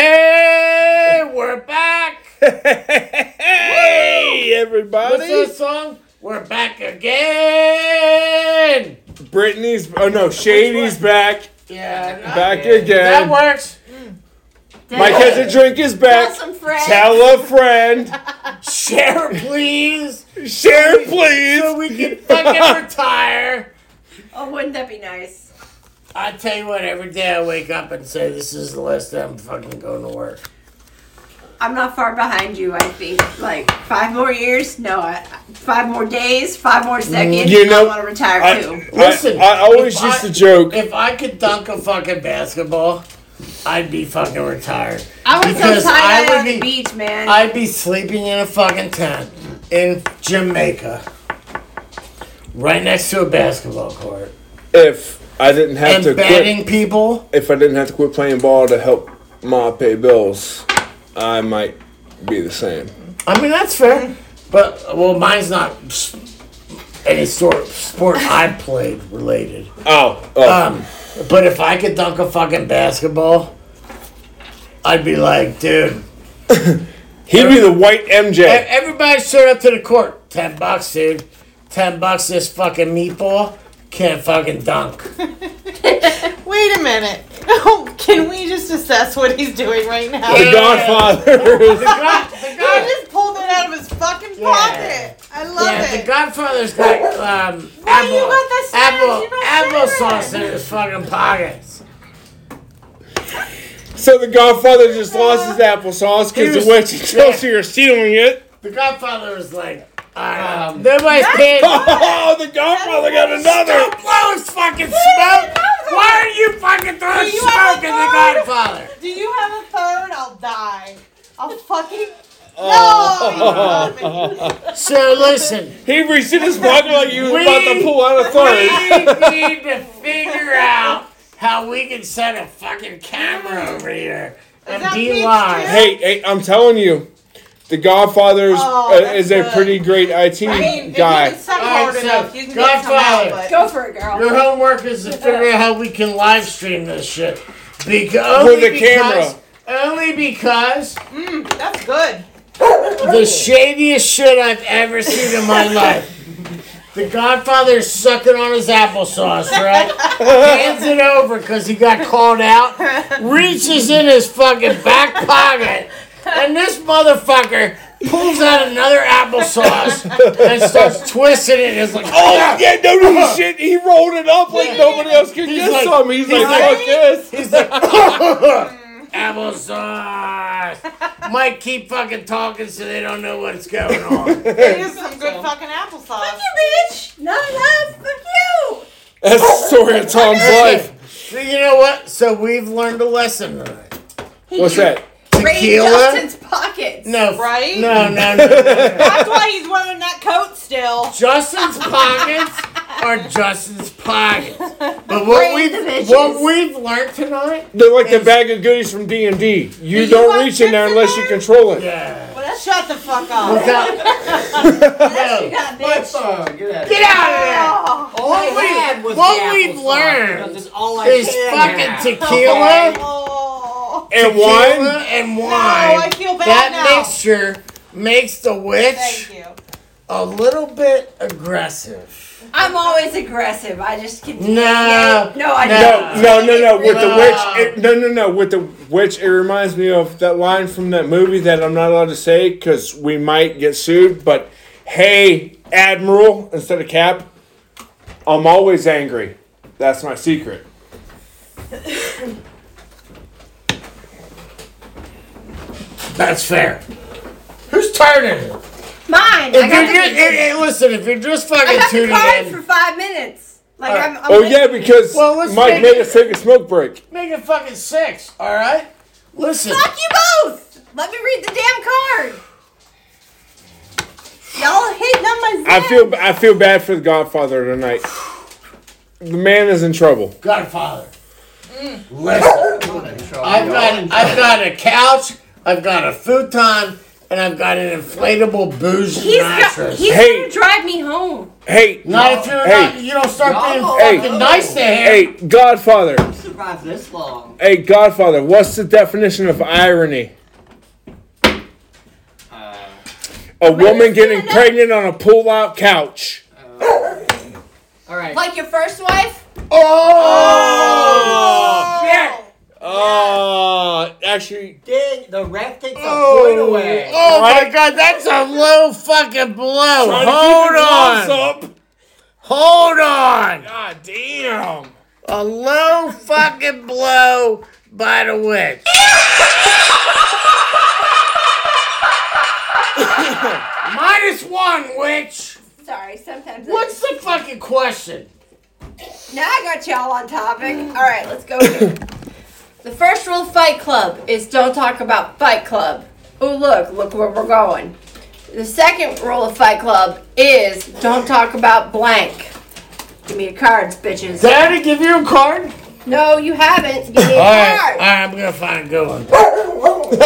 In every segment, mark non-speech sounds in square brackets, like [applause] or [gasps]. Hey, we're back. hey, What's everybody! this song? We're back again. Brittany's. Oh no, Shady's one? back. Yeah, not Back yet. again. That works. Mike has a drink. Is Tell back. some friends. Tell a friend. Share, please, Share, please. so we can fucking retire. oh, wouldn't that be nice? I tell you what, every day I wake up and say, "This is the last day I'm fucking going to work." I'm not far behind you. I think like five more years. No, I, five more days. Five more seconds. You know, I want to [laughs] retire I, too. I- Listen, I, always if used I- to joke. If I could dunk a fucking basketball, I'd be fucking retired. I was Because so I tired would on be- the beach, man. I'd be sleeping in a fucking tent in Jamaica, right next to a basketball court, If I didn't have and to batting quit, people. if I didn't have to quit playing ball to help mom pay bills, I might be the same. I mean, that's fair, but well, mine's not s- any sort of sport I played related. Oh, oh. Um, but if I could dunk a fucking basketball, I'd be like, dude. e- he'd be the white MJ. Everybody showed up to the court. Ten bucks, dude. Ten bucks. This fucking meatball can't fucking dunk. [laughs] Wait a minute. [laughs] Can we just assess what he's doing right now? The Yeah. Godfather. The guy- the He guy- just pulled it out of his fucking Yeah. pocket. I love Yeah, it. the Godfather's got um, Why you apple, got the snacks? apple, You got apple cinnamon. sauce in his fucking pockets. so the Godfather just lost his applesauce He because was- the witch and yeah. Chelsea are stealing it. The Godfather was like, uh, nobody's [laughs] paying. Oh, the Godfather got another. Don't blow his fucking smoke. Why are you fucking throwing Do you have smoke a in the card? Godfather? Do you have a phone? I'll die. I'll fucking. Oh. [laughs] No! you got me. So listen, He reached in his pocket like he was We- about to pull out a third. we need to figure out how we can set a fucking camera over here and Mm. that be Pete's live. chair? hey, hey, I'm telling you, the Godfather Oh, uh, that's is a good. pretty great IT I mean, if you guy. can suck All right, hard so, enough, you can get some out. Godfather. But Go for it, girl. Your homework is to figure out how we can live stream this shit. Because With only a because, Only because mm, that's good. the shadiest shit I've ever seen in my life. The Godfather's sucking on his applesauce, right? Hands it over because he got called out. Reaches in his fucking back pocket, and this motherfucker pulls out another applesauce and starts twisting it. It's like, oh Oh yeah, no, no shit. He rolled it up like nobody else could He's get like- some. He's, he's like, like- fuck this. He's like, [laughs] applesauce. Mike, keep fucking talking so they don't know what's going on. It is some good fucking applesauce. bitch. Not enough. Fuck you. That's the story of Tom's life. So you know what? So we've learned a lesson tonight. He What's that? Ray Tequila? Johnson's pockets. No, Right? No, no, no. no, no. That's why he's wearing that coat still. Justin's pockets are Justin's pockets. But what Brain we've divisions. what we've learned tonight, They're like the bag of goodies from D and D. You don't want reach in there chips in unless you there? control it. yeah. Shut the fuck up. Without, Unless no. you got bitch. Get out of there. Oh, All I we- had was what the we've applesauce. learned Because it's all I It's can have. fucking tequila, oh. And tequila, wine. and No, I wine. feel bad That now. mixture makes the Thank witch you. a little bit aggressive. I'm always aggressive. I just can. No. No, I No, don't. No, no, no. With the Wow. witch, it, no, no, no. With the witch, it reminds me of that line from that movie that I'm not allowed to say because we might get sued. But hey, Admiral, instead of Cap, I'm always angry. That's my secret. That's fair. Who's turning? Mine. I If got you're the just, bitch. hey, hey, listen, if you're just fucking I got the tuning card in, for five minutes. Like I'm. I'm Oh like- yeah, because Well, let's Mike make made it- us take a smoke break. make it fucking six, all right? Listen, Fuck you both. Let me read the damn card. Y'all hitting on my. I zip. feel I feel bad for the Godfather tonight. The man is in trouble. Godfather. Mm. [laughs] Listen, I've got I've got a couch, I've got a futon, and I've got an inflatable booze He's got, mattress. he's Hey. gonna drive me home. Hey, not if you're hey, not, you don't start being Y'all- fucking Hey. nice to him. hey, Godfather. survived this long. Hey, Godfather. What's the definition of irony? Uh, A woman just getting gonna know. pregnant on a pull-out couch. all right. Like your first wife? Oh, oh, actually, Dang, the ref takes a point Oh. away. Oh my Right? god, that's a low fucking blow. Trying to Hold keep on. the gloves up. Hold on. God damn. A low fucking blow by the witch. [laughs] Minus one, witch. Sorry, sometimes. I- What's the fucking question? now I got y'all on topic. All right, let's go. [clears throat] here. the first rule of Fight Club is don't talk about Fight Club. Oh look, look where we're going. The second rule of Fight Club is don't talk about blank. Give me the cards, bitches. Did I give you a card? No, you haven't. Give me a Alright, card. alright, I'm gonna find a good one. [laughs] Oh,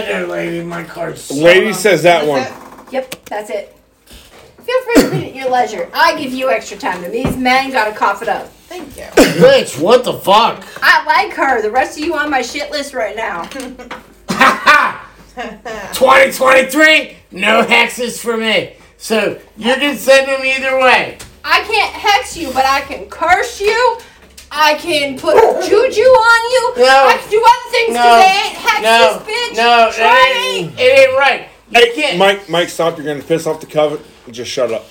there, lady, my card's. Lady says that one. Yep, that's it. Feel free to read at your leisure. I give you extra time, and these men gotta cough it up. Thank you. [laughs] Bitch, what the [laughs] fuck? I like her. The rest of you on my shit list right now. 2023, no hexes for me. So you can send them either way. I can't hex you, but I can curse you. I can put juju on you. No. I can do other things No. because they ain't hex No, this bitch. no, Try it me. ain't, it ain't right. You can't. Mike, Mike, stop. You're going to piss off the covet. Just shut up.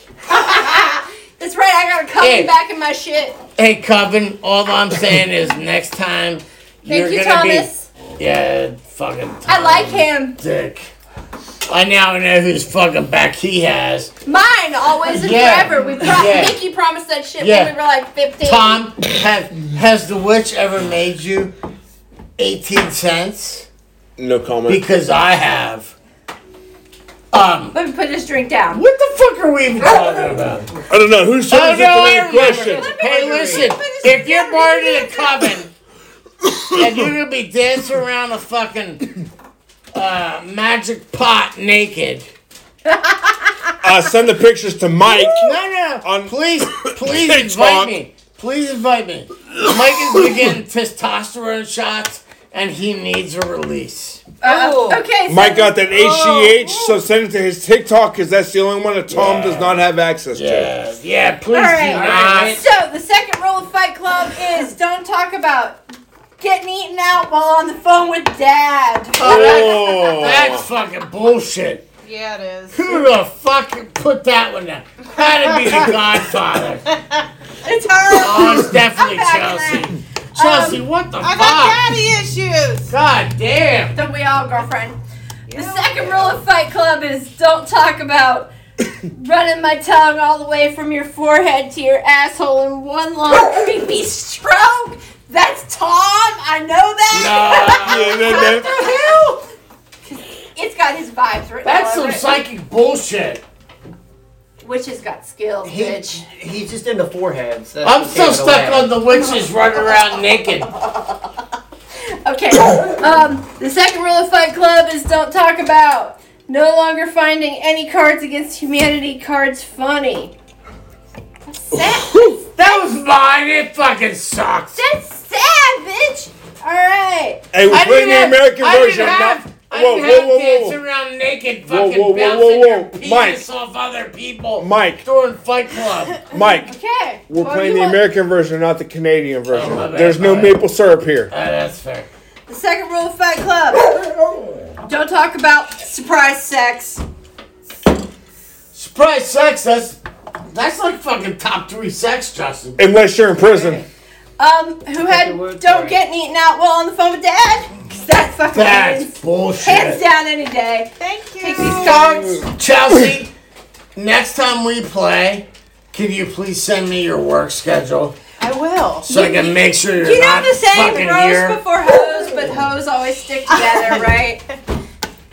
That's right. I gotta come Hey. back in my shit. hey, Coven, all I'm saying is next time you're Thank you, gonna Thomas. be. Yeah, fucking. Thomas I like him. Dick. I now know whose fucking back he has. Mine always and Yeah. forever. We pro- Yeah. Mickey promised that shit Yeah. when we were like 15. Tom, have, has the witch ever made you 18 cents? No comment. Because I have. Um. Let me put this drink down. What the fuck are we even talking about? I don't know. Who's turn Oh is no, it I the main remember. question? Hey, listen, if you're part of the coven and you're gonna be dancing around the fucking uh, magic pot naked, Uh, send the pictures to Mike. no, no, On- [coughs] please, please invite TikTok. me. Please invite me. Mike is been getting testosterone shots and he needs a release. Uh, okay. So Mike got that Oh. HGH, so send it to his TikTok because that's the only one that Tom does not have access to. Yeah, yeah, please All right. do All not. right. So the second rule of Fight Club is don't talk about getting eaten out while on the phone with dad. Oh, That's fucking bullshit. Yeah, it is. [laughs] Who the fuck put that one down? Had to be the Godfather. It's her. Oh, it's definitely I'm back in Chelsea. Um, Chelsea, what the I fuck? got daddy issues. God damn. Don't we all, girlfriend? The second rule of Fight Club is don't talk about running my tongue all the way from your forehead to your asshole in one long creepy stroke. That's Tom. I know that. [laughs] Yeah, that- that- What the hell? It's got his vibes written [laughs] That's all some over psychic bullshit. it. Which has got skills, He- bitch. He's just into foreheads. That's I'm what still takes it stuck [laughs] away. on the witches running around naked. Okay. um, the second rule of Fight Club is don't talk about no longer finding any cards against humanity cards funny. [laughs] That's sad. That was mine. It fucking sucks. That's sad, bitch. All right. hey, we're I putting didn't the have, American I version. didn't have, I Whoa, didn't whoa, have whoa, whoa. dancing around naked, Whoa, fucking whoa, whoa, bouncing whoa, your whoa. penis off other people Mike. during [laughs] Fight Club. Oh, Mike, Okay. we're Well, playing you the want- American version, not the Canadian version. Oh, my bad, There's no my bad. maple syrup here. Ah, that's fair. The second rule of Fight Club. Don't talk about surprise sex. Surprise sex, that's, that's like fucking top three sex, Justin. Unless you're in prison. Um, who your had word for don't it. get eaten out while on the phone with dad? 'Cause that fucking That's wins. Hands bullshit. down any day. Thank you. Take these cards. Chelsea, next time we play, can you please send me your work schedule I will. so I can make sure you're You know not the saying, fucking rose here? before hose, but hoes always [laughs] stick together, right?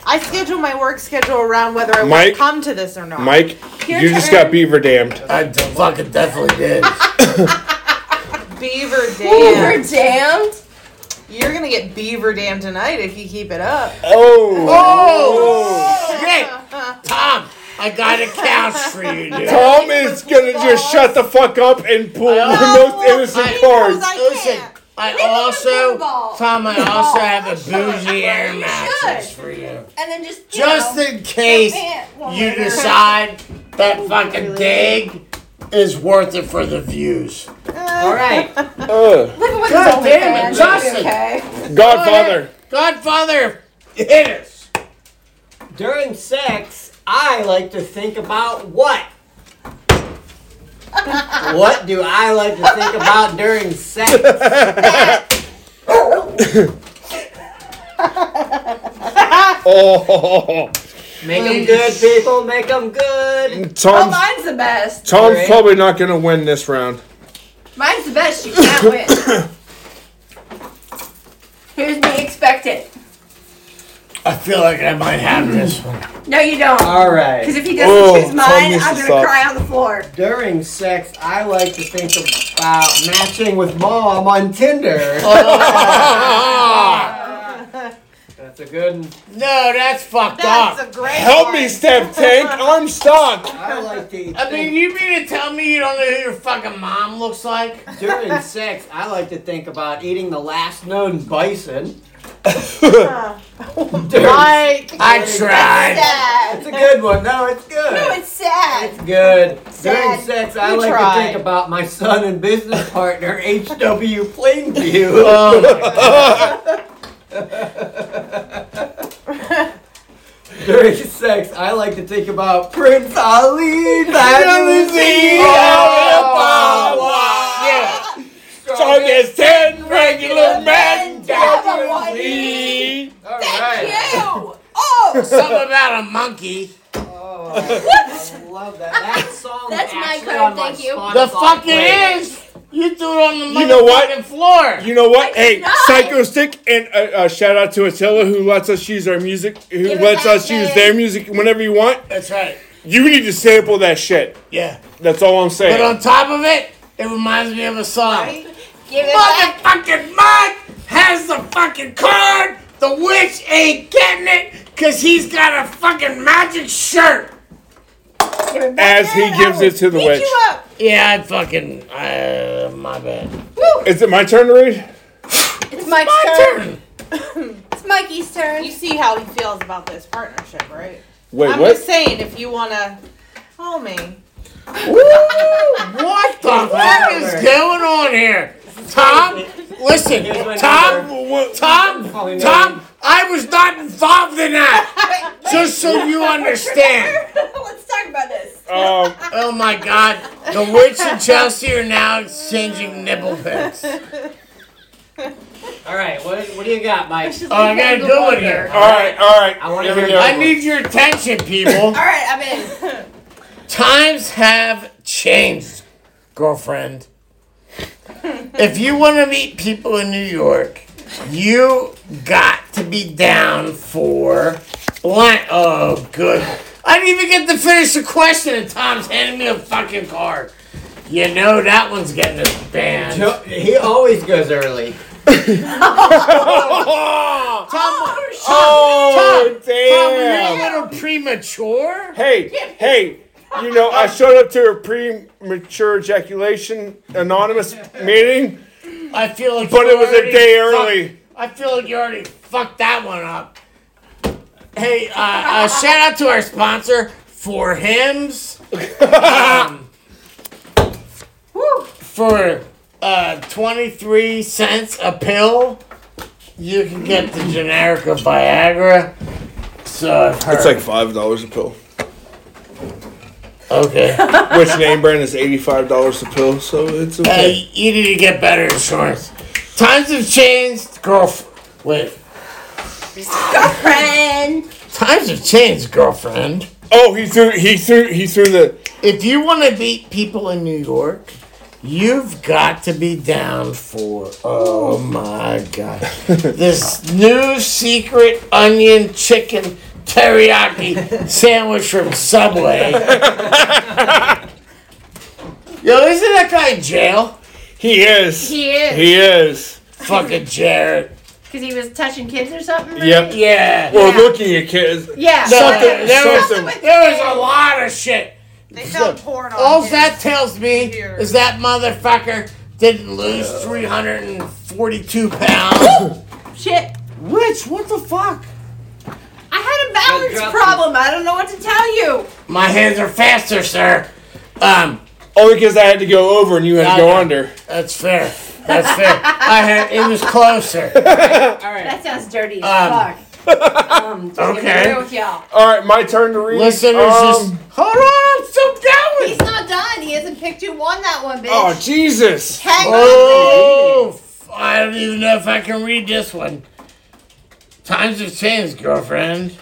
I schedule my work schedule around whether I want Mike? to come to this or not. Mike, Your you just turn. got beaver damned. I d- fucking [laughs] definitely did. Beaver You're Dam. damned. You're gonna get beaver dam tonight if you keep it up. Oh. Shit! Tom, I got a couch for you, dude. Tom is gonna just shut the fuck up and pull [laughs] the most innocent He knows cards. I Listen, can't. I Leave it in also, the ball. Tom, I also have a bougie Air You Maxes should. for you. And then just you Just know, Oh in case pant won't you matter. decide that fucking dig is worth it for the views. All right. Ugh. Look at what God this damn it, OnlyFans is, Justin. Okay. Godfather. Godfather, hit us. During sex, I like to think about what? what do I like to think about during sex? Oh. Make them good, people. Make them good. Oh, Tom's, mine's the best. Tom's probably not gonna win this round. Mine's the best. You can't win. Here's me expected. I feel like I might have this one. No, you don't. All right. Because if he doesn't Oh, choose Tom mine, needs I'm to gonna stop. cry on the floor. During sex, I like to think about matching with mom [laughs] on Tinder. That's a good one. No, that's [laughs] fucked That's up. a great. Help one. me, Step Tank. I'm stuck. [laughs] I like to [laughs] I mean, think you mean to tell me you don't know who your fucking mom looks like? during sex, I like to think about eating the last known bison. Uh, During- Like I tried. that. It's a good one. No, it's good. No, it's sad. It's good. Sad. During sex, I You like tried. to think about my son and business partner, [laughs] H.W. Plainview. [laughs] Oh my [laughs] During sex, I like to think about Prince [laughs] Ali, fabulous Oh, Strong as ten regular men. Definitely. All Thank right. you. Oh, [laughs] Something about a monkey. Oh, what? I love [laughs] that. That song That's my actually code, on my thank you. Spotify The fuck it playlist. is. You threw it on the motherfucking You know what? floor. You know what? Hey, Nice. Psycho Stick, and a, a shout out to Attila who lets us use our music, who Give it lets back, us use man. their music whenever you want. That's right. You need to sample that shit. Yeah. That's all I'm But saying. on top of it, it reminds me of a song. Give it back. Motherfucking mud has the fucking card. The witch ain't getting it because he's got a fucking magic shirt. Give um, it back. As he gives it to the Beat witch. you up. Yeah, I fucking. Uh, my bad. Is it my turn to read? It's Mike's My turn. turn. It's Mikey's turn. You see how he feels about this partnership, right? Wait, I'm what? just saying, if you wanna oh, call me, [laughs] What the fuck is going on here? Tom, listen, Here's my Tom, number. Tom, Tom, I was not involved in that. Just so you understand. Let's talk about this. [laughs] Um, Oh my God, the witch and Chelsea are now exchanging nipple pics. Oh, All right, what, what do you got, Mike? I got a good one here. all right, all right. I wanna Here we hear go. I need your attention, people. All right, I'm in. Times have changed, girlfriend. if you want to meet people in New York, you got to be down for blank. Oh, good. I didn't even get to finish the question, and Tom's handing me a fucking card. You know that one's getting us banned. Tom, Jo- He always goes early. Oh, oh, oh Tom, damn. you're a little premature. Hey, hey, you know, I showed up to a premature ejaculation anonymous meeting, I feel like. but you it was a already day fucked early. I feel like you already fucked that one up. Hey, uh, uh, shout out to our sponsor, For Hims. Um, for uh, 23 cents a pill, you can get the generic of Viagra. So I've heard. It's like five dollars a pill. okay. Which name brand is eighty-five dollars a pill? So it's Uh, okay. you need to get better insurance. Times have changed, girlfriend. Wait. Girlfriend. Times have changed, girlfriend. Oh, he threw, he threw, he threw the. [laughs] if you want to beat people in New York, you've got to be down for. Oh my God! this new secret onion chicken teriyaki sandwich from Subway. [laughs] Yo, isn't that guy in jail? He is. He is. He is. Fucking Jared. Because he was touching kids or something? right? Yep. Yeah. Or Yeah. looking at kids. Yeah. Something- whatever. there was something. there was a lot of shit. They found porn on All his- that tells me Here. is that motherfucker didn't lose 342 pounds. Shit. Rich, what the fuck? I had a drop balance it. problem. I don't know what to tell you. My hands are faster, sir. Um, Only because I had to go over and you had to go Okay. under. that's fair. That's fair. I had it was closer. All right. That sounds dirty Um, [laughs] as fuck. um, just gonna be okay. real with y'all. All right, my turn to read. Listeners Um, just Hold on, I'm still going. He's not done. He hasn't picked you one that one, bitch. Oh Jesus! Hang Oh, f- I don't even know if I can read this one. Times have changed, girlfriend.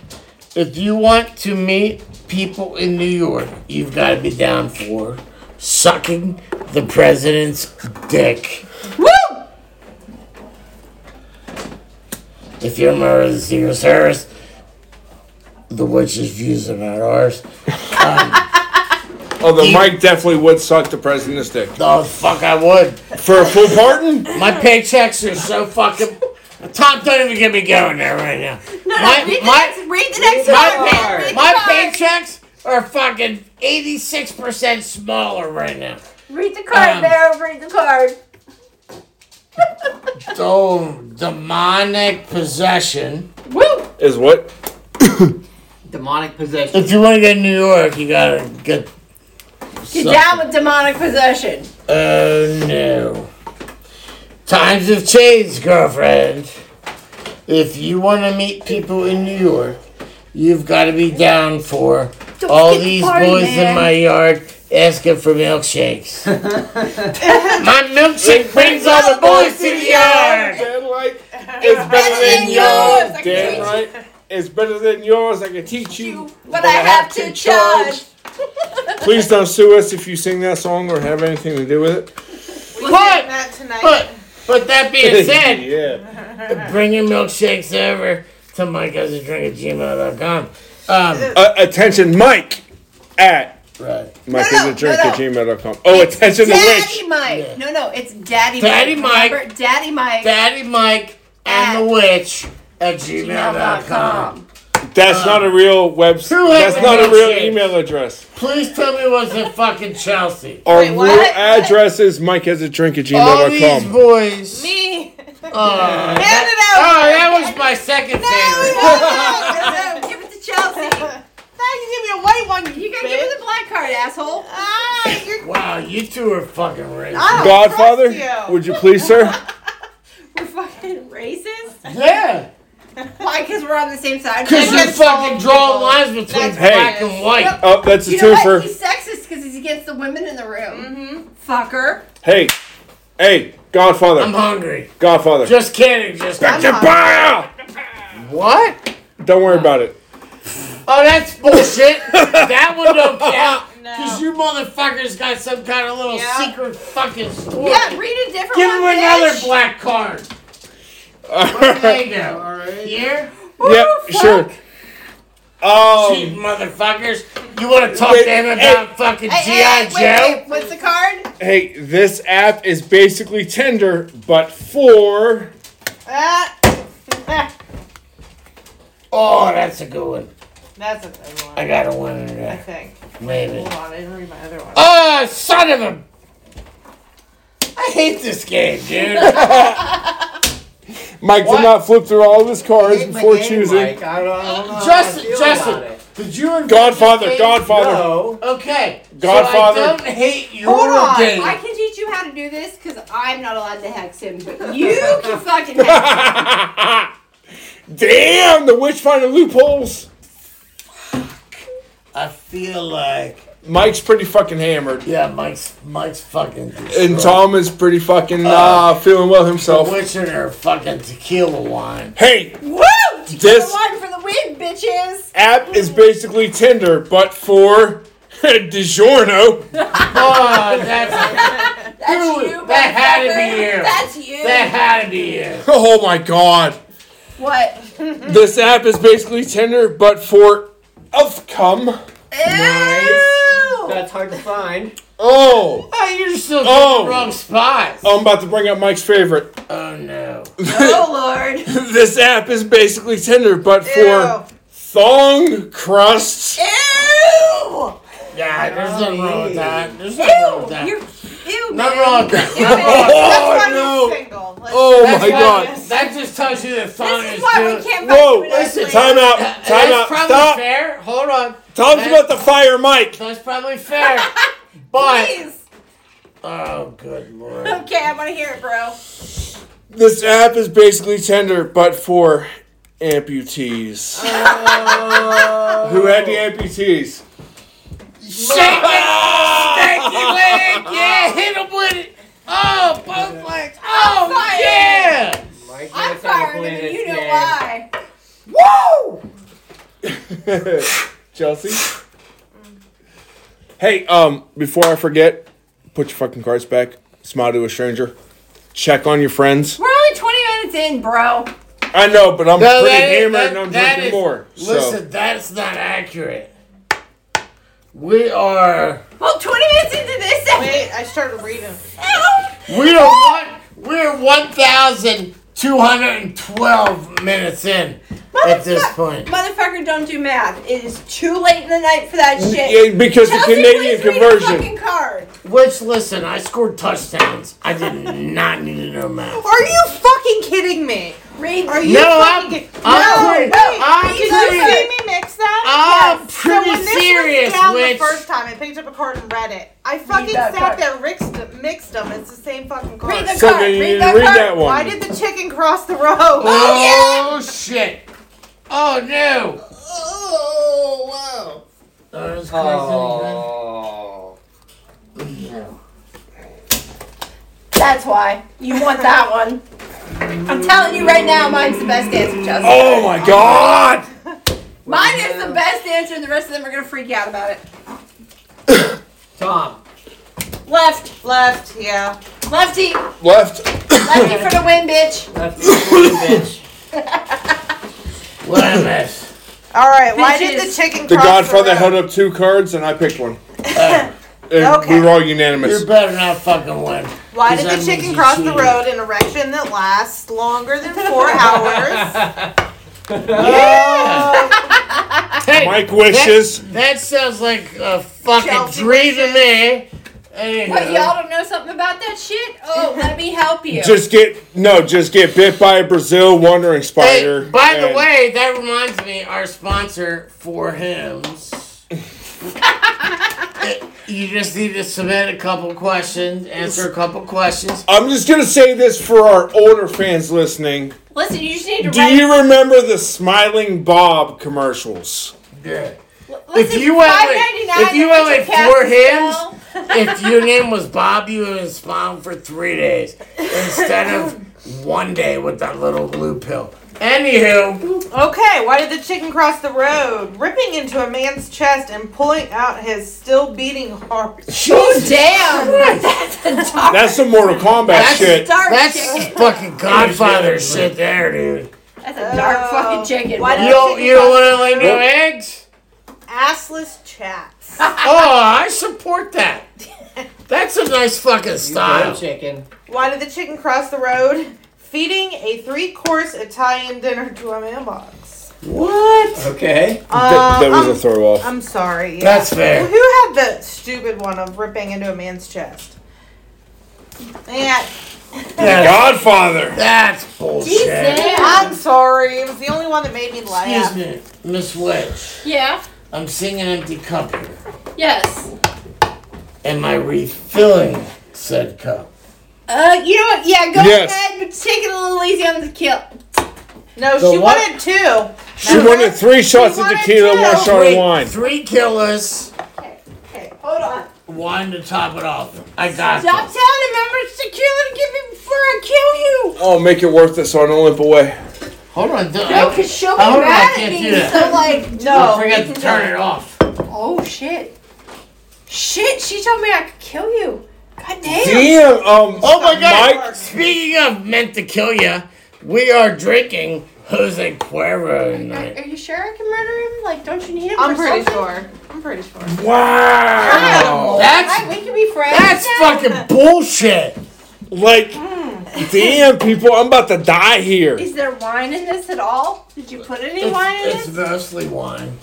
If you want to meet people in New York, you've got to be down for sucking the president's dick. Woo! If your murder is yours, hers, the witch's views are not ours. Although You- Mike definitely would suck the president's dick Oh, fuck, I would. for a full pardon. [laughs] My paychecks are so fucking. Tom, don't even get me going there right now. No, no, My- read, the my- next, read the next my one. pa- Read the My card. paychecks are fucking 86% smaller right now. Read the card, Um, Barrel. Read the card. So, demonic possession. Woo! Is what? Demonic possession. If you want to get New York, you gotta get. Get down with demonic possession. Oh no. Times have changed, girlfriend. If you want to meet people in New York, you've got to be down for Don't all get these party, boys in man. my yard asking for [laughs] milkshakes. my milkshake brings all the boys to the yard. Dead like it's better than yours, I yours. can Dead teach right. It's better than yours. I can teach you, But I have to charge. Please don't sue us if you sing that song or have anything to do with it. We But- did that tonight. But but that being [laughs] [laughs] said, yeah. bring your milkshakes over to mikeasdrink at gmail.com. Um, Uh, attention, Mike, at right. Mike No, is no, a drink no, at gmail.com. Oh, attention, the Daddy witch. Mike. Yeah. No, no, it's Daddy, Daddy Mike. Mike. Remember? Daddy Mike. Daddy Mike and the Witch at gmail.com. [laughs] gmail.com. That's not a real Who website. has That's not a real milkshakes? email address. Please tell me it wasn't fucking Chelsea. Our Wait, real what? address is Mike has a drink at All these gmail.com. boys. me. Oh, [laughs] Hand that, it over. oh, that was my second favorite. No, no, no, give it to Chelsea. [laughs] Now you give me a white one. [laughs] You You got gotta give her the black card, asshole. Ah, you're. Wow, you two are fucking racist. [laughs] Oh, I don't Godfather, trust you. would you please, sir? We're fucking racist. Yeah, Why? Because we're on the same side. because you That's fucking all draw people. lines between That's black racist. and white. Oh, that's a You know what? twofer. He's sexist because he's against the women in the room. Mm-hmm. Fucker. Hey, hey, Godfather, I'm hungry. Godfather. Just kidding. Just Back to bio! what? Don't worry about it. Oh, that's [laughs] bullshit. that one don't count. No. Because you motherfuckers got some kind of little Yeah. secret fucking story. Yeah, read a different Give one. him another bitch. black card. What do they [laughs] yep, know? Here? sure. Cheap Um, motherfuckers. You want to talk Wait, to him hey, about fucking Oh. Hey, G.I. hey, wait, Joe? wait, what's the card? hey, this app is basically Tinder, but for [laughs] Ah. [laughs] Oh, that's a good one. That's a good one. I got a winner I there. think. Maybe. Hold on, I didn't read my other one. Oh, son of a. I hate this game, dude. [laughs] Mike What? did not flip through all of his cards Hate my before game, choosing. Mike. I don't, I don't know Justin, how I feel Justin. about it. Did you invent this Godfather, game? Godfather. No. Okay. Godfather. So I don't hate your Hold on. game. I can teach you how to do this because I'm not allowed to hex him, but you can fucking hex him. [laughs] Damn, the witch finding loopholes. I feel like Mike's pretty fucking hammered, yeah, Mike's Mike's fucking destroyed. and Tom is pretty fucking uh, feeling well himself. Witch in her fucking tequila wine. Hey, Woo! Tequila This- wine for the win, bitches. app is basically Tinder, but for [laughs] DiGiorno. Oh, that's That's Dude, you, that had to be motherfucker. you. [laughs] That's you. that had to be it. Oh my god. what? This app is basically Tinder, but for of cum. Ew. That's hard to find. Oh, Oh, you're still in Oh. the wrong spot. I'm about to bring up Mike's favorite. [laughs] Oh, no. Oh [laughs] lord. This app is basically Tinder, but for [laughs] thong crusts. Ew. Yeah, there's nothing wrong with that. There's nothing wrong with Oh, that. You're, Oh ew. Nothing man. wrong with that. [laughs] Ew, man. That's why no. he's single. Let's- Oh That's my why- god. That just tells you that fun This is is why doing. we can't fuck Whoa, with listen, us, time man. out, That- time that's out, probably stop. fair. Hold on. Tom's That- about to fire Mike. That's probably [laughs] fair. but Please. oh, good lord. Okay, I want to hear it, bro. This app is basically Tinder, but for amputees. Who had the amputees? [laughs] Shake it, shake your leg, yeah, hit him with it. Oh, both legs. Oh, Fire. yeah. Mike knows I'm how to fired, play and this you know game. why. Chelsea? Hey, um, before I forget, put your fucking cards back, smile to a stranger, check on your friends. We're only 20 minutes in, bro. I know, but I'm No, pretty that is- hammered that- and I'm that drinking is- more. So. Listen, that's not accurate. We are. Well, 20 minutes into this. Wait, I started reading. Ew. We are one. We're one thousand two hundred and twelve minutes in at this Motherfuck- point. Motherfucker, don't do math. It is too late in the night for that shit. Yeah, because Chelsea, the Canadian please read the conversion. fucking card. Which, listen, I scored touchdowns. I did not need to know math. Are you fucking kidding me? Read. Are the- you No, I'm- fucking kidding me? I'm no, pretty- wait, I'm did pretty- you see me mix that? I'm So pretty when this serious, was down which- the first time, I picked up a card and read it. I fucking that sat card. there, mixed them, mixed them. It's the same fucking card. Read the So card. then you read need the to read card. that one. Why did the chicken cross the road? Oh shit! Oh no! Oh, That was crazy. Oh. That's why. You want that one. I'm telling you right now, mine's the best answer, Chelsea. oh my god! Mine is the best answer, and the rest of them are gonna freak out about it. Tom. Left. wow. [laughs] Left, yeah. Lefty. Left. Lefty for the win, bitch. That's the bitch. What a mess. All right, why did the Bitches. chicken The cross Godfather the road? held up two cards and I picked one. Uh, And Okay. We were all you unanimous. better not fucking win. Why Because that did the means chicken you cross the cheated. road in a direction that lasts longer than four [laughs] hours? Hey, Mike wishes. that sounds like a fucking Chelsea dream to me. Anywho. What y'all don't know something about that shit? Oh, let me help you. Just get no, just get bit by a Brazil wandering Hey, spider. by the and- way, that reminds me, our sponsor for hymns. [laughs] you just need to submit a couple questions, answer a couple questions. I'm just gonna say this for our older fans listening. Listen, you just need to Do write. you remember the Smiling Bob commercials? Yeah. listen, if you went with- $5.99 if you to went get with your four cast hands- spell. If your name was Bob, you would have spawned for three days instead of one day with that little blue pill. Anywho, okay, why did the chicken cross the road? Ripping into a man's chest and pulling out his still beating heart. Oh damn! [laughs] That's a dark, That's some Mortal Kombat That's- shit. dark that's [laughs] chicken. fucking Godfather shit there, dude. That's a dark Oh. fucking chicken. Why bro. You don't, you don't want to lay no Nope. eggs? Assless chats. Oh, I support that. That's a nice fucking [laughs] You style. go, chicken. Why did the chicken cross the road? Feeding a three course Italian dinner to a mailbox. What? Okay. Uh, that, that was I'm, a throw off. I'm sorry. yeah. That's Well, fair. who had the stupid one of ripping into a man's chest? Yeah, That's, Godfather. that's bullshit. I'm sorry. It was the only one that made me laugh. Excuse me, Miss Witch. Yeah. I'm seeing an empty cup here. Yes. Am I refilling said cup? Uh, you know what? Yeah, go Yes. ahead, but take it a little easy on the kill. No, The she what? wanted two. She wanted three shots of wanted tequila, two. one shot of Three- wine. Three killers. Okay, hold on. Wine to top it off. I got Stop this. telling him I'm gonna secure it and give him before I kill you. Oh, make it worth it so I don't limp away. Hold on. do- No, cause she'll be I don't know, I mad at can't me. do that. So like, I no. forgot to turn it off. Oh shit. Shit, she told me I could kill you. God damn. Damn. Um. Oh my god! Mike, Speaking of meant to kill ya, We are drinking Jose Cuervo Are, tonight. are you sure I can murder him? Like, don't you need him? I'm for pretty something? sure. I'm pretty sure. Wow. That's Right, we can be friends. that's now. fucking bullshit. Like, damn, people, I'm about to die here. Is there wine in this at all? Did you put any wine in It's, Uh, it? it's mostly wine.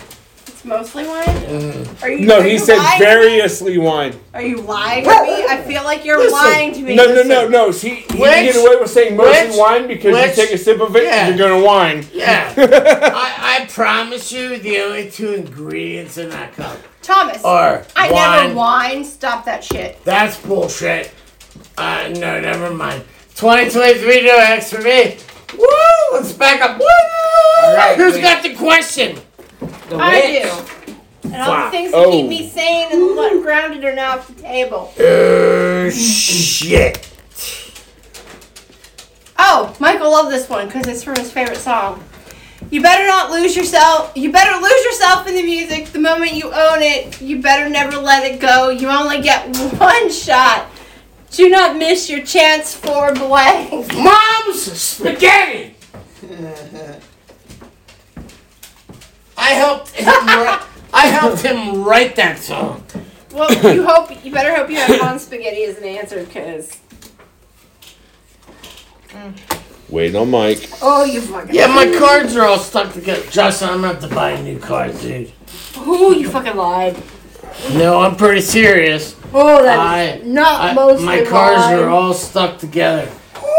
It's mostly wine. Are you? No, are he you said lying? variously wine. Are you lying to me? I feel like you're lying to me. No, no, no, no. He, he can get away with saying mostly which- wine because which- you take a sip of it, yeah. and you're gonna wine. Yeah. [laughs] I, I promise you the only two ingredients in that cup Thomas. are I wine. never wine. Stop that shit. That's bullshit. Uh, no, never mind. 2023 no X for me. Woo! Let's back up. Woo! right, Who's wait. got the question? The I witch. do. And all the Fuck. things Oh. that keep me sane and lo- grounded are now off the table. Oh, shit. Oh, Michael loved this one because it's from his favorite song. You better not lose yourself. You better lose yourself in the music. The moment you own it, you better never let it go. You only get [laughs] one shot. Do not miss your chance for blank. Mom's spaghetti! I helped him write, I helped him write that song. [coughs] Well, you hope you better hope you have on spaghetti as an answer, cause Wait on Mike. oh, you fucking Yeah, my cards are all stuck together. Justin, I'm gonna have to buy a new card, dude. oh, you fucking lied. No, I'm pretty serious. Oh, I- that's not I- mostly my cars lied. are all stuck together.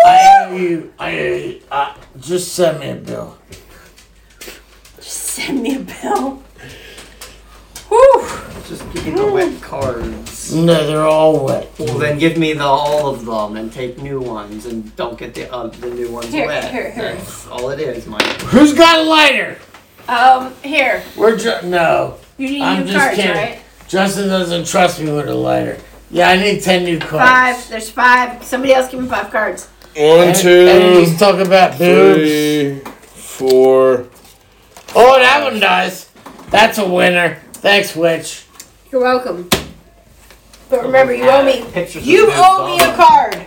I owe you. I owe you. Uh, just send me a bill. Send me a [laughs] bill. Whew. Just give me the wet cards. No, they're all wet. Well, then give me the all of them and take new ones and don't get the uh, the new ones Here, wet. here, here. That's all it is, Mike. Who's got a lighter? Um, here We're just no. you need I'm new just cards, kidding. right? Justin doesn't trust me with a lighter. Yeah, I need ten new cards. Five. There's five. Somebody else give me five cards. One, And, and two, he's talking about boobs. three, four. Oh, that one does. That's a winner. Thanks, witch. You're welcome. But remember, you owe me. Pictures of You boobs owe me all a card.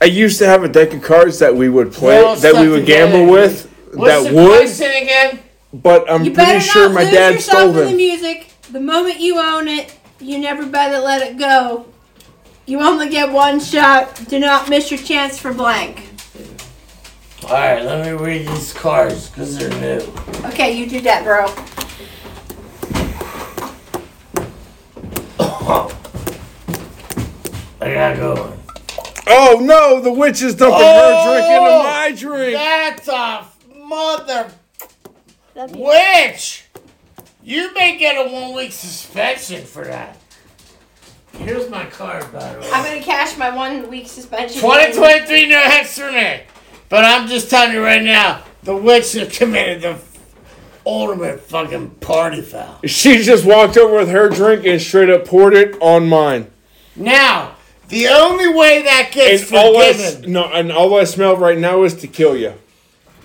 I used to have a deck of cards that we would play, Well, that we would something gamble like- with, What's that the would. question again? But I'm You better pretty sure not my lose dad yourself stole in the them. music. The moment you own it, you never better let it go. You only get one shot. Do not miss your chance for blank. All right, let me read these cards because they're new. Okay, you do that, bro. I gotta go. Oh no, the witch is dumping Oh! her drink into my drink. That's a mother That'd be- witch. You may get a one week suspension for that. Here's my card, by the I'm way. gonna cash my one week suspension. 2023, no hex for me. But I'm just telling you right now, the witch has committed the ultimate fucking party foul. She just walked over with her drink and straight up poured it on mine. Now, the only way that gets and all I, s- forgiven. no, and all I smell right now is to kill you.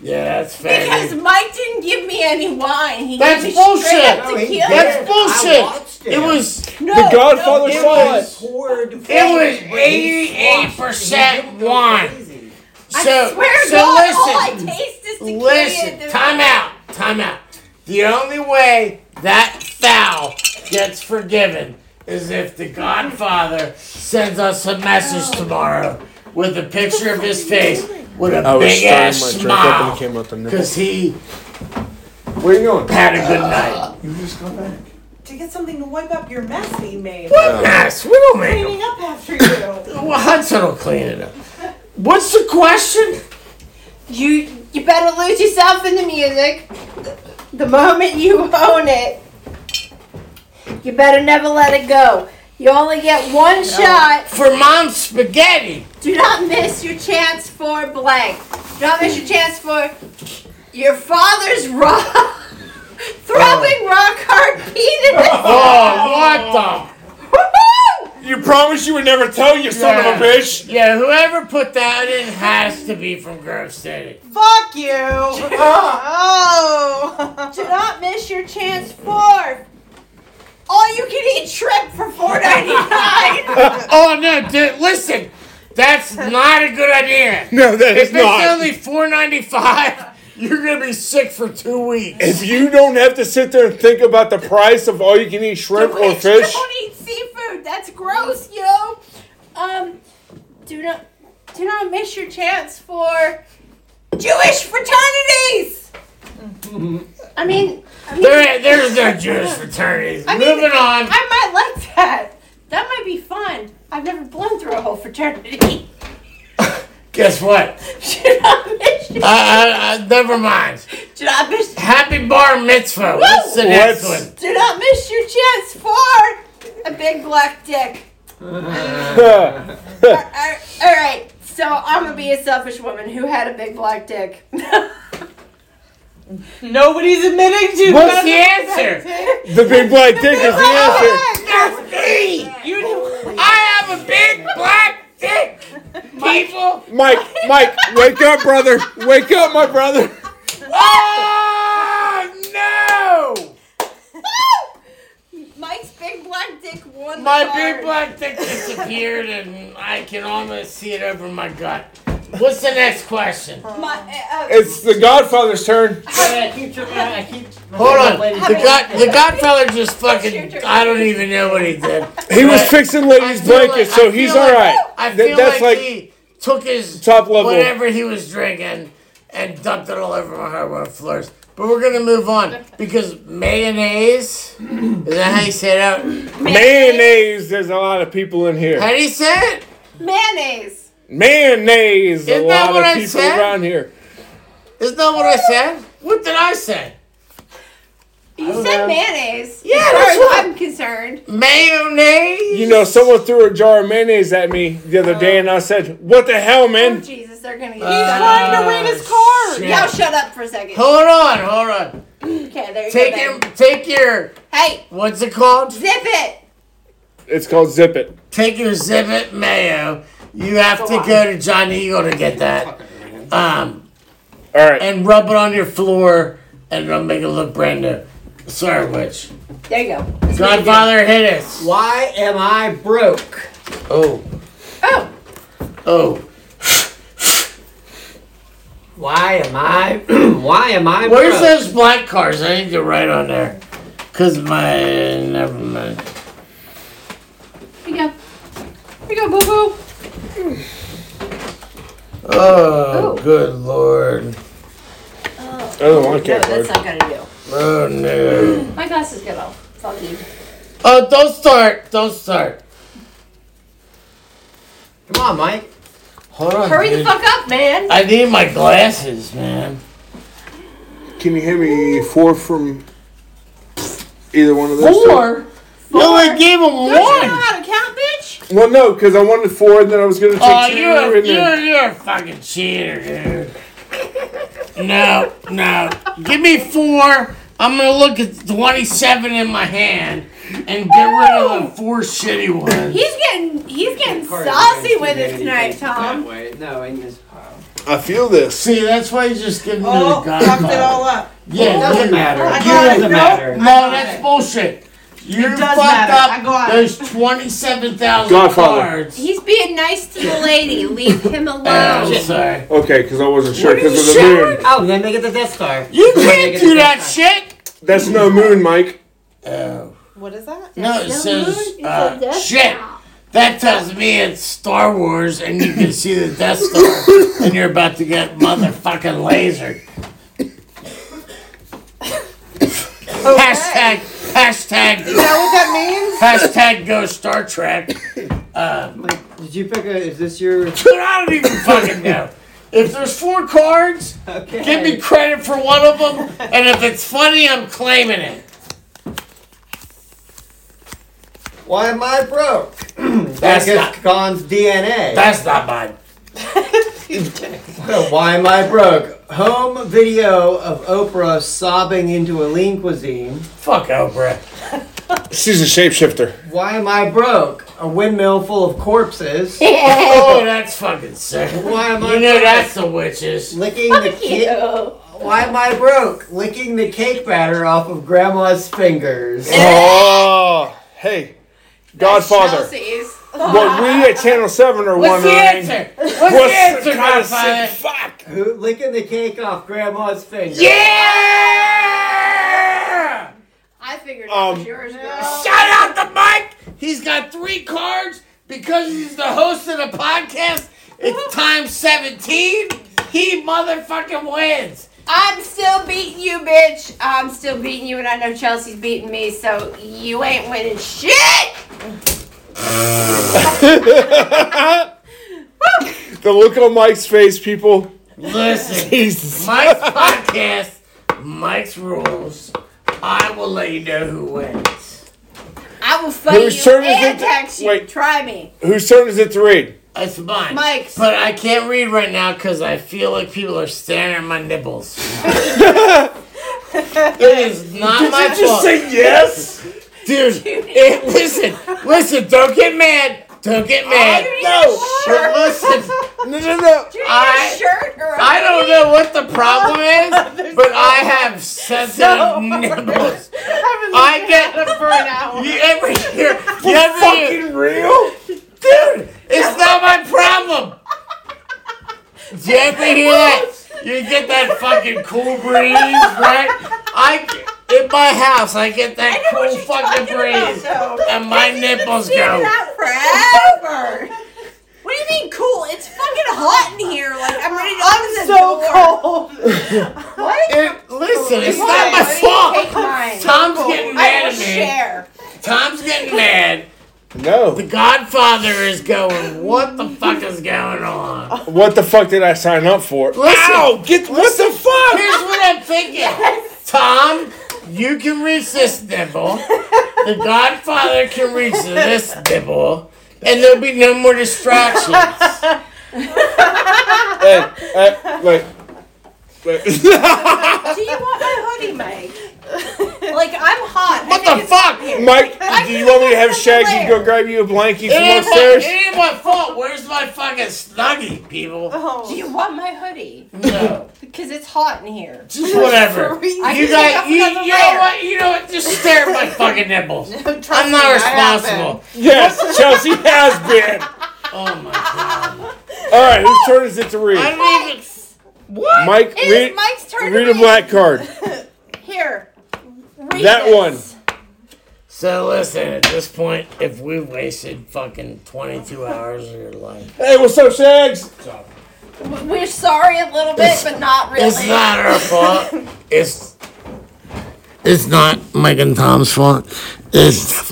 Yeah, that's fair. Because Mike didn't give me any wine. He That's gave me straight up bullshit. tequila. That's I bullshit. watched It it. was no, the Godfather it saw was- it. Poured it was He 88% didn't go wine. crazy. I So, swear to so God, all I listen, taste is tequila. at listen, the- time out, time out. The only way that foul gets forgiven is if the Godfather sends us a message tomorrow with a picture of his face with a I was big stirring ass my drink up and it smile came out the nipple. because he Where you going? had a good Oh. night. To get something to wipe up your mess that you made. What mess? We don't make Cleaning him. up after you. Well, Hudson will clean it up. What's the question? You you better lose yourself in the music. The moment you own it, you better never let it go. You only get one shot. For mom's spaghetti. Do not miss your chance for blank. Do not miss your chance for your father's [laughs] rock. Oh. Throbbing rock hard [laughs] penis. Oh, what the? Woohoo! You promised you would never tell you son of a Yeah. bitch. Yeah, whoever put that in has to be from Grove City. Fuck you. [laughs] oh. Do not miss your chance for all you can eat shrimp for four ninety nine. Oh no, dude! Listen, That's not a good idea. No, that If is it's not. only four ninety five, [laughs] you're gonna be sick for two weeks. If you don't have to sit there and think about the price of all you can eat [laughs] shrimp or Please fish, [laughs] Don't eat seafood. That's gross, yo. Um, do not do not miss your chance for [laughs] Jewish fraternities. I mean, I mean, There, there's no Jewish fraternities. I mean, Moving on. I might like that. That might be fun. I've never blown through a whole fraternity. [laughs] [laughs] Guess what? do not miss. Your, Uh, uh, uh, never mind. do not miss. Happy bar mitzvah. What's the Woo! next What's- one? Do not miss your chance for a big black dick. all right. So I'm gonna be a selfish woman who had a big black dick. [laughs] Nobody's admitting to What's that. the answer? the big black dick [laughs] is the answer. That's me. You know, I have a big black [laughs] dick. People. Mike, Mike, wake up, brother. Wake up, my brother. Oh no! Mike's big black dick won. My the card. big black dick disappeared, and I can almost see it over my gut. What's the next question? My, uh, uh, It's the Godfather's turn. I keep tripping. I keep. Hold on. The, Ladies- God, the Godfather just fucking. I don't even know what he did. He was fixing ladies' I feel like- blankets, I so he's feel all like- right. I Th- feel that's like- like, he took his Top level. whatever he was drinking and dumped it all over my hardwood floors. But we're gonna move on because mayonnaise. Is that how you say that? Mayonnaise. There's a lot of people in here. How do you say it? mayonnaise. Mayonnaise. A Isn't that lot what I of people said? around here. Isn't that what I said? What did I say? You said mayonnaise. Yeah, as far that's as what- I'm concerned. Mayonnaise. You know, someone threw a jar of mayonnaise at me the other day, and I said, "What the hell, Oh, man?" Jesus, they're gonna get. Uh, shut up. trying to read his card. shit. Y'all shut up for a second. Hold on, hold on. Okay, there you Take go. your, babe. take your, Hey, what's it called? zip it. It's called zip it. Take your Zippet mayo. You have to go to John Eagle to get that. Um, All right. and rub it on your floor, and it'll make it look brand new. Sorry, witch. There you go. Godfather, hit us. Why am I broke? Oh, Oh, oh. Why am I? [clears throat] why am I Where's broke? those black cars? I need to write on there. Cause my, never mind. here you go. Here you go, boo boo. Oh, Oh. good lord. Other one No, Oh, can't that's work. not gonna do. Oh no. My glasses get off. It's all you. Oh, don't start. Don't start. Come on, Mike. Hold on. Hurry the dude. fuck up, man. I need my glasses, man. Can you hear me? Four from either one of Four? You only gave him Don't you know one. how to count, bitch? Well, no, because I wanted four, and then I was going to Oh, take two, you're, and then you're, you're a fucking cheater, dude. No, no. Give me four. I'm going to look at 27 in my hand and get rid of the four shitty ones. He's getting he's getting Corey, saucy with you it tonight, That Tom. way. No, in this pile. I feel this. See, that's why you just give them Oh, to the fucked it guy. all up. Yeah, It doesn't you- matter. I It got it. doesn't No. matter. No, that's bullshit. You does fucked matter. I up got it. those 27,000 Godfather. cards. Oh, He's being nice to the lady. Leave him alone. I'm sorry. Okay, because I wasn't sure because of the moon. Oh, then they get the Death Star. You Then they can't get the do Death that Star. shit. That's no moon, Mike. Oh. What is that? No, it No says moon, it's a uh, Death shit. That tells me it's Star Wars, and you can see the Death Star, and you're about to get motherfucking lasered. Hashtag, hashtag, Is that what that means? hashtag go Star Trek. Mike, did you pick a? Is this your? [laughs] Dude, I don't even fucking know. If there's four cards, Okay. give me credit for one of them, and if it's funny, I'm claiming it. Why am I broke? [clears throat] That's That's not- Gon's DNA. That's not mine. So [laughs] why am I broke? Home video of Oprah sobbing into a lean cuisine. Fuck Oprah. She's a shapeshifter. Why am I broke? A windmill full [laughs] of corpses. Oh, that's fucking sick. Why am I You know broke? that's the witches. Licking the cake. Why am I broke? Licking the cake batter off [laughs] of Grandma's fingers. Oh, hey, Godfather. Chelsea's. What we at Channel 7 are What's the wondering. answer? What's, the What's answer, the kind of sick Godfather? fuck? Who licking the cake off grandma's finger? Yeah! I figured it Um, was yours, girl. Shout out to Mike. He's got three cards because he's the host of the podcast. It's time 17. He motherfucking wins. I'm still beating you, bitch. I'm still beating you, and I know Chelsea's beating me, so you ain't winning shit. The look on Mike's face, people. Listen, Jesus. Mike's podcast, Mike's rules. I will let you know who wins. I will fight Whose you turn is and it to- tax you. wait. Try me. Whose turn is it to read? It's mine. Mike's. But I can't read right now because I feel like people are staring at my nipples. it is not my Did you just fault. say yes? Dude, it, listen, listen, don't get mad. Don't get mad. No. But listen, [laughs] No, no, no. Do you need I- a shirt or a I don't know what the problem is, but I have sensitive nibbles. I get it for an hour. [laughs] you every year. You ever year. Fucking real? Dude, it's not my problem. Did you ever hear that? You get that fucking cool breeze, right? I in my house, I get that I know what cool you're fucking talking breeze, So, and my nipples Dude, go. not forever. [laughs] what do you mean cool? It's fucking hot in here. Like I'm ready to I'm open the so door. cold. What? It, listen, it's Come not on, my buddy, Take fault. mine. Tom's getting I mad will at me. share. Tom's getting mad. The No. Godfather is going. What the fuck is going on? What the fuck did I sign up for? Listen. Ow! Get what the [laughs] fuck? Here's what I'm thinking. Tom, you can reach this nibble. The Godfather can reach this nibble, and there'll be no more distractions. hey, hey, wait. Wait. [laughs] Do you want my hoodie, Mike? [laughs] like I'm hot. What the fuck? [laughs] Mike, do you want me to have Shaggy go grab you a blanket It from ain't, my, it [laughs] upstairs? ain't my fault. Where's my fucking snuggie, people? Do Oh. you want my hoodie? No, Because it's hot in here. just whatever. I You can take guys, off you, you another know layer. what? You know what? Just stare at my fucking nipples. Trust I'm me, not I have been. responsible. Yes, Chelsea has been. Oh my god. All right, whose turn is it to I read? don't even. What? Mike, It is read, Mike's turn. to read a black card. Here. Read That this. one. So listen, at this point, if we wasted fucking 22 hours of your life, Hey, what's up, Shags? We're sorry a little bit, but not really. it's not our fault. It's it's not Mike and Tom's fault. It's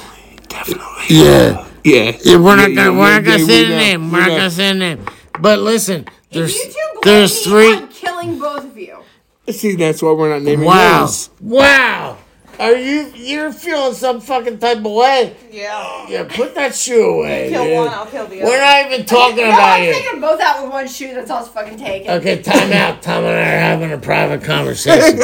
definitely yeah. Yeah. Yeah, we're not gonna we're yeah, not gonna yeah, say we the know, name. we We're not know. gonna say the name. But listen, there's You two there's blame three. me on killing both of you. See, that's why we're not naming Wow, names. wow. Are you you're feeling some fucking type of way? Yeah. Yeah, put that shoe away. Kill dude. one, I'll kill the other. We're not even talking No, about I'm you. taking both out with one shoe. That's all it's fucking taking. Okay, time out. Tom and I are having a private [laughs] conversation.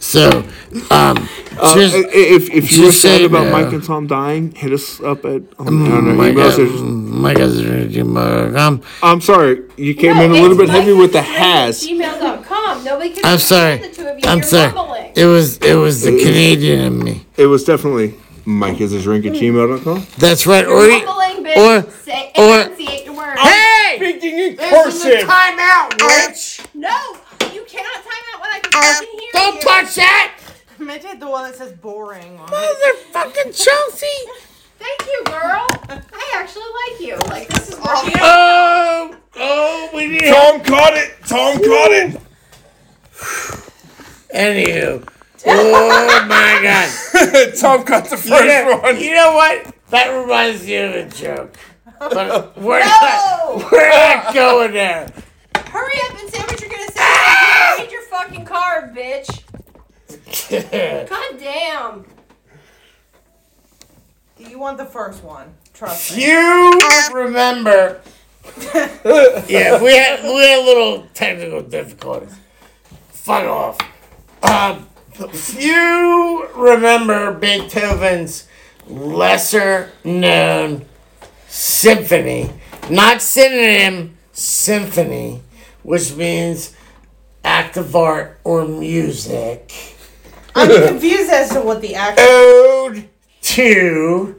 so, um, just, Uh, if if you were Just sad say, about uh, Mike and Tom dying, hit us up at my God, my God's gmail.com. I'm sorry, you came No, in a it's little bit heavy Mike with the Sisson has. at Gmail.com. Nobody can I'm sorry. The two of you. I'm You're sorry. mumbling. It was it was the Canadian in me. It was definitely Mike is a drink at gmail.com. That's right. Or You're you- mumbling, or- bitch. Say, or- enunciate your words. hey, Speaking in this is a cursive. timeout, bitch. No, you cannot time out when I can fucking hear Uh, Don't you. touch that, I'm gonna take the one that says boring on it. motherfucking Chelsea. Thank you, girl. I actually like you. Like this is working. Oh, oh, we need. help. Tom caught it. Tom caught it. Anywho, oh my God. [laughs] Tom caught the first You know, one. you know what? That reminds me of a joke. But we're not we're not going there. Hurry up and say what you're gonna say. I can't Read your fucking card, bitch. [laughs] God damn. You want the first one. Trust me. you remember Yeah, we had we had a little technical difficulties. Fuck off. Um you remember Beethoven's lesser known symphony. Not synonym, symphony, which means act of art or music. I'm [laughs] confused as to what the actual. Ode to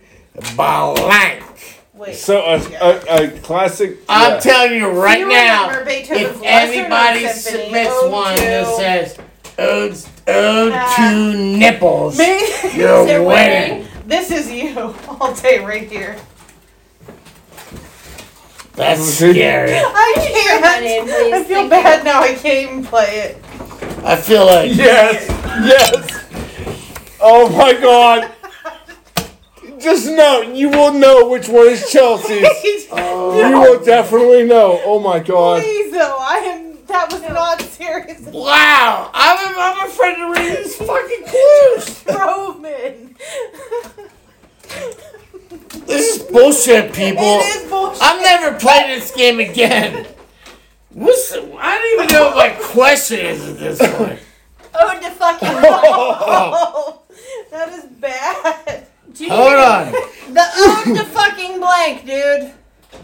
Blank. Wait. So a, a, a classic. I'm yeah. telling you right You now, remember Beethoven's if Lesser Known anybody Symphony, Oh, submits Ode one to- that says "Ode, ode Ah. to nipples," Me- [laughs] you're They're winning. winning. this is you [laughs] all day right here. That's See? scary. I Winning, can't. please. [laughs] I feel Thank bad now. I can't even play it. [laughs] I feel like Yes, yes. Oh my God. Just know you will know which one is [laughs] Chelsea's. uh, You will definitely know. Oh my God. Please, though, I am. That was not serious. Wow, I'm a, I'm afraid to read these fucking clues. Roman. [laughs] This is bullshit, people. it is bullshit. I'm never playing this game again. What's the, I don't even know what my question is at this point. Ode to [laughs] fucking nipples. Oh, [laughs] that is bad. Dude, Hold on. The ode to fucking blank, dude.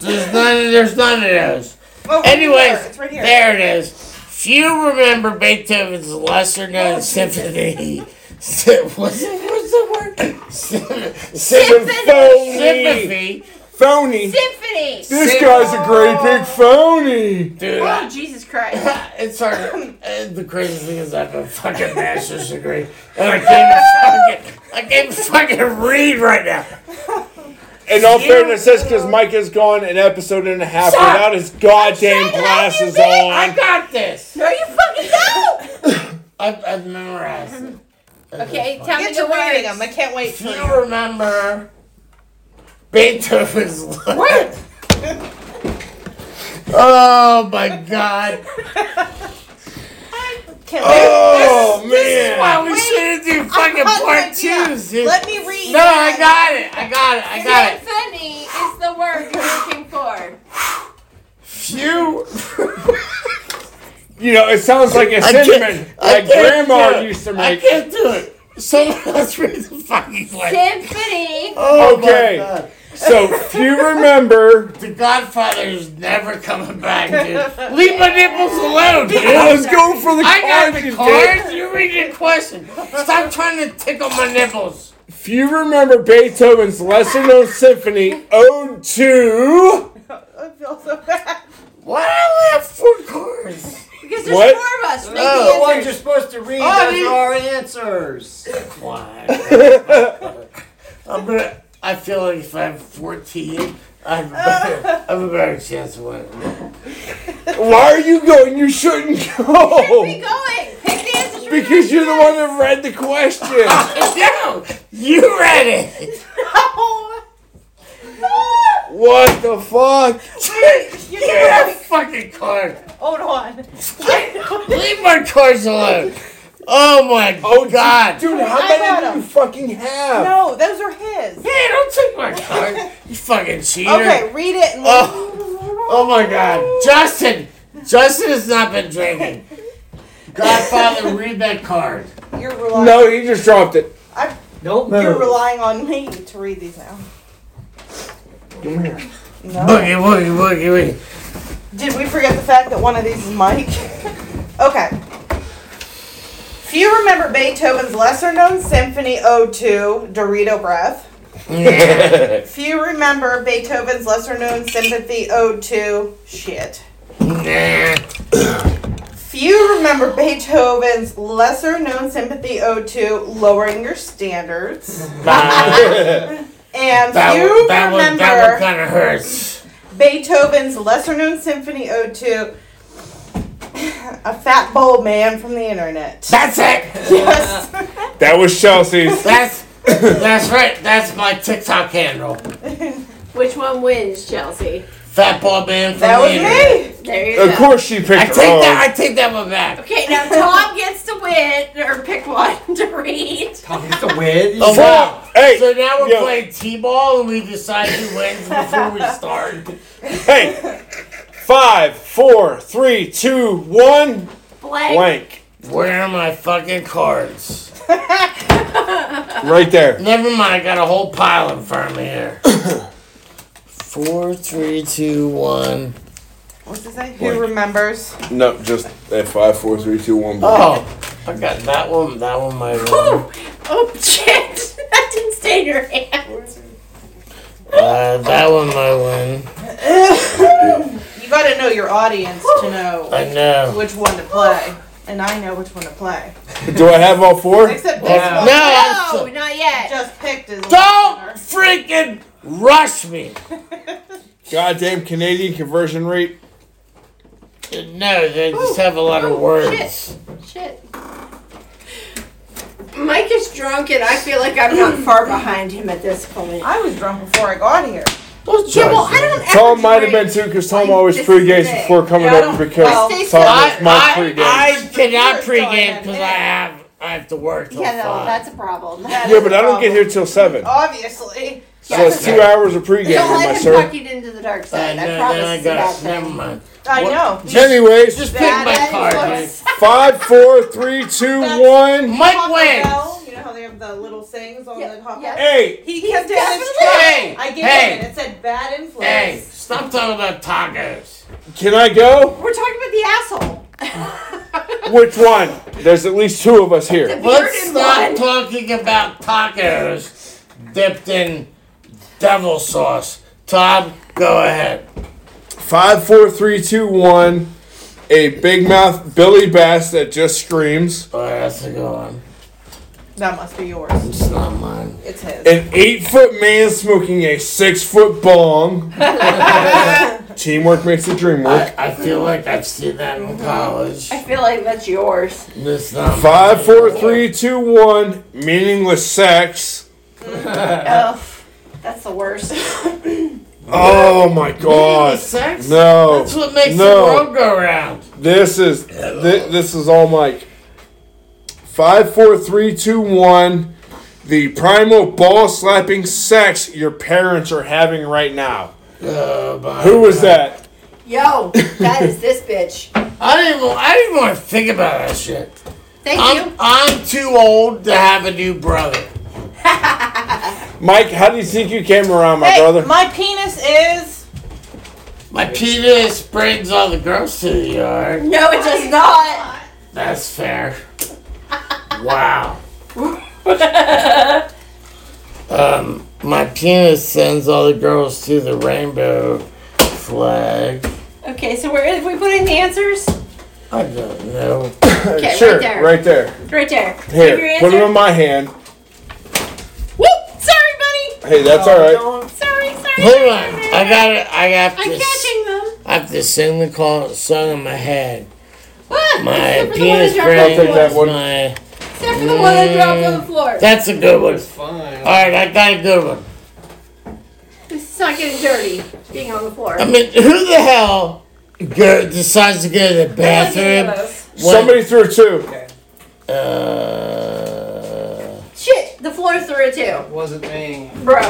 There's none. There's none of those. Oh, right here. Anyways, it's right here. there it is. Few remember Beethoven's lesser-known symphony. Sy- What's the, what's the word? Symphony. Phony. Sympathy. Phony. Symphony. This guy's a great big phony. Dude, I- Oh, Jesus Christ. [laughs] it's hard. uh, the craziest thing is I have a fucking master's degree, and I can't even fucking, I can't even fucking read right now. In all fairness, that's because Mike has gone an episode and a half Shut up. without his goddamn glasses I on. got this. No, you fucking don't. I've, I've memorized it. Okay, [laughs] tell me Get the to reading words. them. I can't wait If for you remember Beethoven's what? [laughs] oh my [laughs] god. Can't Oh This is why man. we shouldn't do wait. fucking I got an part idea. twos, Oh, dude. Let me read. no, I got it. I got it. I got it. Symphony is the word you're looking for. Few You know, it sounds like a I can't- cinnamon I like can't do grandma it. used to [laughs] I make. can't do it. Someone else read the fucking like. Symphony. Oh my Okay. God. So if you remember, The Godfather is never coming back, [laughs] dude. Leave my nipples alone, dude. I was going for the I got cards. the you dick. cards. You read your question. Stop trying to tickle my nipples. If you remember Beethoven's lesser known symphony, Ode to. [laughs] I feel so bad. Why do I have four cards? Because there's What? four of us. Make The Oh. the ones answers. you're supposed to read Oh, those you- are our answers. Why? I'm gonna, I feel like if I have 14, I have a better, I have a better chance of winning. Why are you going? You shouldn't Oh. Keep go. [laughs] going. Pick the answers. from Because you're the one that read the question. No! You read it! What the fuck? You have a fucking card. Hold on. Leave my cards alone. Oh my Oh, god. Dude, how I got many do you him. fucking Oh. have? No, those are his. Hey, don't take my card. You fucking cheater. Okay, read it and Oh, oh my god. Justin! Justin has not been drinking. Godfather, read that card. you're relying. No, he just dropped it. Don't You're move. relying on me to read these now. No. Boogie, boogie, boogie, boogie. Did we forget the fact that one of these is Mike? [laughs] okay. Few remember Beethoven's lesser known symphony Ode to [laughs] Dorito Breath. Few remember Beethoven's lesser known sympathy Ode to Shit. Few remember Beethoven's lesser known sympathy Ode to Lowering Your Standards. Nah. And That, few one, that, remember one, that one kind of hurts. Beethoven's lesser known symphony ode to a fat bald man from the internet. That's it! Yes. that was Chelsea's. That's that's right. That's my TikTok handle. Which one wins, Chelsea? Fat ball man from that the was internet. me. There you Of go. course she I picked take wrong. that. I take that one back. Okay, now Tom gets to win or pick one [laughs] to read. Tom gets to win. Oh, wow. Hey, So now we're yo, playing t-ball and we decide who wins before [laughs] we start. Hey, five, four, three, two, one, Blank. blank. Where are my fucking cards? Right there. Never mind, I got a whole pile in front of [coughs] me here. Four, three, two, one. What's it say? Blank. Who remembers? No, just a five, four, three, two, one, Oh, I got that one. That one might win. [laughs] Oh shit! That didn't stay in your hand. Uh, that one might win. You gotta know your [gasps] audience to know I know. which one to play. And I know which one to play. [laughs] Do I have all four? Except this No, one. I'm No, so- Oh, not yet. Just picked as a don't winner. freaking rush me. Goddamn Canadian conversion rate. No, they just have a lot of words. Shit. Mike is drunk, and I feel like I'm not far behind him at this point. I was drunk before I got here. Well, Yeah, well, I don't ever Tom might have drink. been too, because Tom Like, always this pre-games is it. before coming Yeah, I up don't- because I Tom stay was so- my I, pre-games. I, I cannot You're going pregame because I in. have I have to work till [laughs] Yeah, no, five. that's a problem. That Yeah, is but a I don't get problem. here till seven, Oh, Obviously. so it's two hours of pregame, Don't my let him sir. talk you into the dark I side. know, I then I promise it's a bad got thing. never mind. I What- know. Just Anyways, pick my That card. is Mike. five, four, three, two, That's- one. Mike Taco wins. Bell, you know how they have the little things on Yeah, the Taco yeah. Hey, He kept it in his definitely- truck. Hey, I gave hey. him it. It said bad influence. Hey, stop talking about tacos. can I go? We're talking about the asshole. Which one? There's at least two of us here. Let's in stop one. talking about tacos dipped in devil sauce. Tom, go ahead. Five, four, three, two, one. A big mouth Billy Bass that just screams. Oh, that's a good one. That must be yours. It's not mine. It's his. An eight foot man smoking a six foot bong. [laughs] Teamwork makes the dream work. I, I feel like I've seen that in college. um, I feel like that's yours. It's not Five, mine. four, three, two, one. Meaningless sex. Ugh, that's the worst. Oh my god. Sex? No. That's what makes No. the world go round. This is thi- this is all Mike. Five, four, three, two, one. The primal ball slapping sex your parents are having right now. Oh, my Who was that? [laughs] Yo, that is this bitch. I didn't. wa- I didn't want to think about that shit. Thank I'm, you. I'm too old to have a new brother. Mike, how do you think you came around, my Hey, brother? my penis is. My penis brings all the girls to the yard. No, it does not. That's [laughs] fair. [laughs] Wow. um, my penis sends all the girls to the rainbow flag. Okay, so where if we put in the answers? I don't know. [laughs] Okay, sure, right there. right there. Right there. Give your Here, put it answer. in my hand. Whoop! Sorry, buddy. Hey, that's all right. Sorry, sorry. Hold on. I got it. I have I'm to. s- catching them. I have to sing the call song in my head. Ah, My except for the one penis that dropped on I'll the take floor. that. brings one. my. Except for the one that dropped on the floor. That's a good one. It's fine. All right, I got a good one. This is not getting dirty. Being on the floor. I mean, who the hell go, decides to go to the bathroom? when- Somebody threw two. Uh, Shit, the floor through it too. wasn't me. Bro,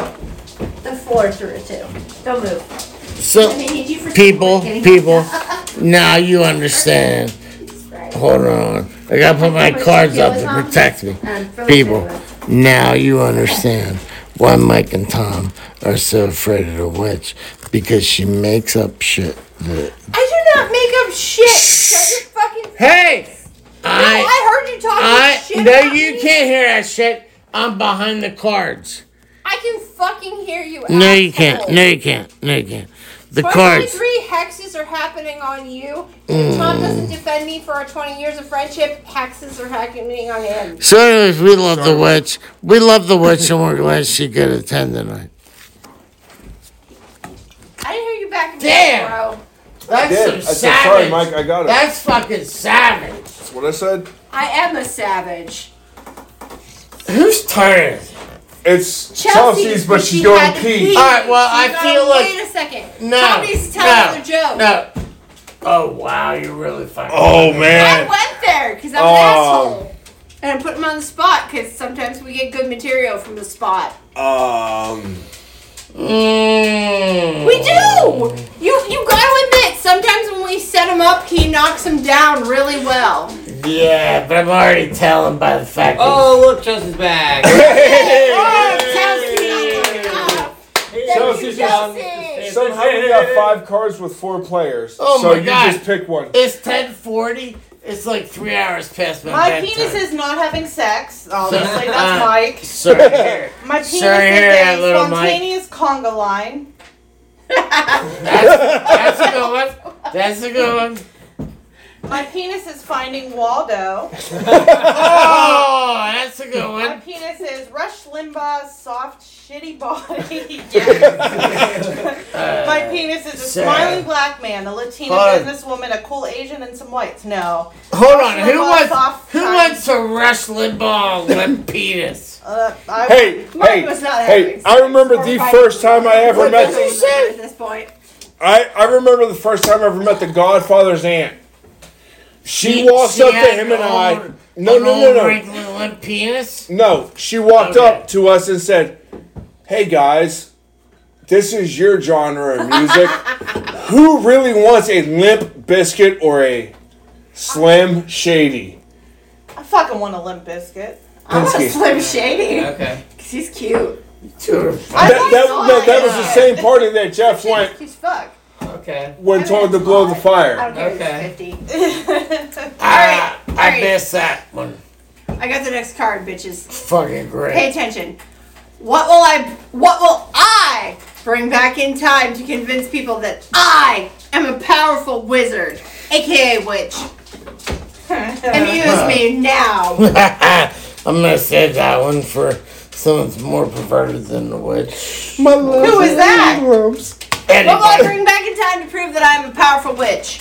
the floor through it too. Don't move. I so, mean, need you for people, Kidding. [laughs] people, now you understand. Right. Hold on. I gotta put my cards up to protect me. Um, for People, later. now you understand why Mike and Tom are so afraid of the witch because she makes up shit. That I do not make up shit. Shut your fucking. hey, I, I I heard you talking I shit. no, about you me. can't hear that shit. I'm behind the cards. I can fucking hear you. No, you asshole. can't. No, you can't. No, you can't. The Both cards. Mm. my three hexes are happening on you. If Tom doesn't defend me for our 20 years of friendship. Hexes are happening on him. So, anyways, we love the witch. We love the witch, and we're glad she could attend tonight. I didn't hear you back in Damn. bro. That's Did. I said, some savage. sorry, Mike, I got it. That's fucking savage. That's what I said. I am a savage. Whose turn is it? It's Chelsea's, Chelsea's, but but she's she going had to to pee. pee. All right. Well, I No, feel like Wait a second. no. Tom needs to tell no, another joke. No. Oh wow, you're really fucking. Oh, I man. went there because I'm Oh. an asshole. And I put him on the spot because sometimes we get good material from the spot. [laughs] Um, Mm. We do! You you gotta admit, sometimes when we set him up, he knocks him down really well. Yeah, but I'm already telling by the fact. that- Oh, look, Chelsea's [laughs] back. Oh, Chelsea! Chelsea's Chelsea! Somehow [laughs] we got five cards with four players. Oh so my you God. just pick one. It's ten forty. It's like three hours past my, My bedtime. penis is not having sex. Obviously, that's Uh, Mike. Sorry. My penis [laughs] Sorry, is here, a little Mike. spontaneous conga line. [laughs] That's a good one. That's a good one. My penis is finding Waldo. Oh, that's a good [laughs] My one. penis is Rush Limbaugh's soft, shitty body. Yes. My penis is a Sir. smiling black man, a Latina Hold on. businesswoman, a cool Asian, and some whites. No. Hold on. Who Limbaugh's wants soft who time. wants a Rush Limbaugh limp penis? Uh, I, Hey, Mine hey, was not hey! having I remember sex. the Or first time I ever fighting. met. At this point, I, I remember the first time I ever met the Godfather's aunt. She, She- walks she up to had him and an I. old- No, An no, no, old no. wrinkly limp penis. No, she walked Okay. up to us and said, Hey guys, this is your genre of [laughs] music. Who really wants a limp biscuit or a slim shady? I fucking want a Limp Biscuit. I want Pinsky. Slim Shady [laughs] Okay. because he's cute. I That, like that, no, Sonic. that was the [laughs] same party that Jeff went She's fuck. Okay. when told to blow the I fire. don't care if Okay. he's 50. Ah, I alright. missed that one. I got the next card, bitches. Fucking great. Pay attention. What will I? What will I bring back in time to convince people that I am a powerful wizard, aka witch? Amuse me now. [laughs] I'm gonna save that one for someone that's more perverted than the witch. My love Who [laughs] is that? What will I Anybody. bring back in time to prove that I am a powerful witch?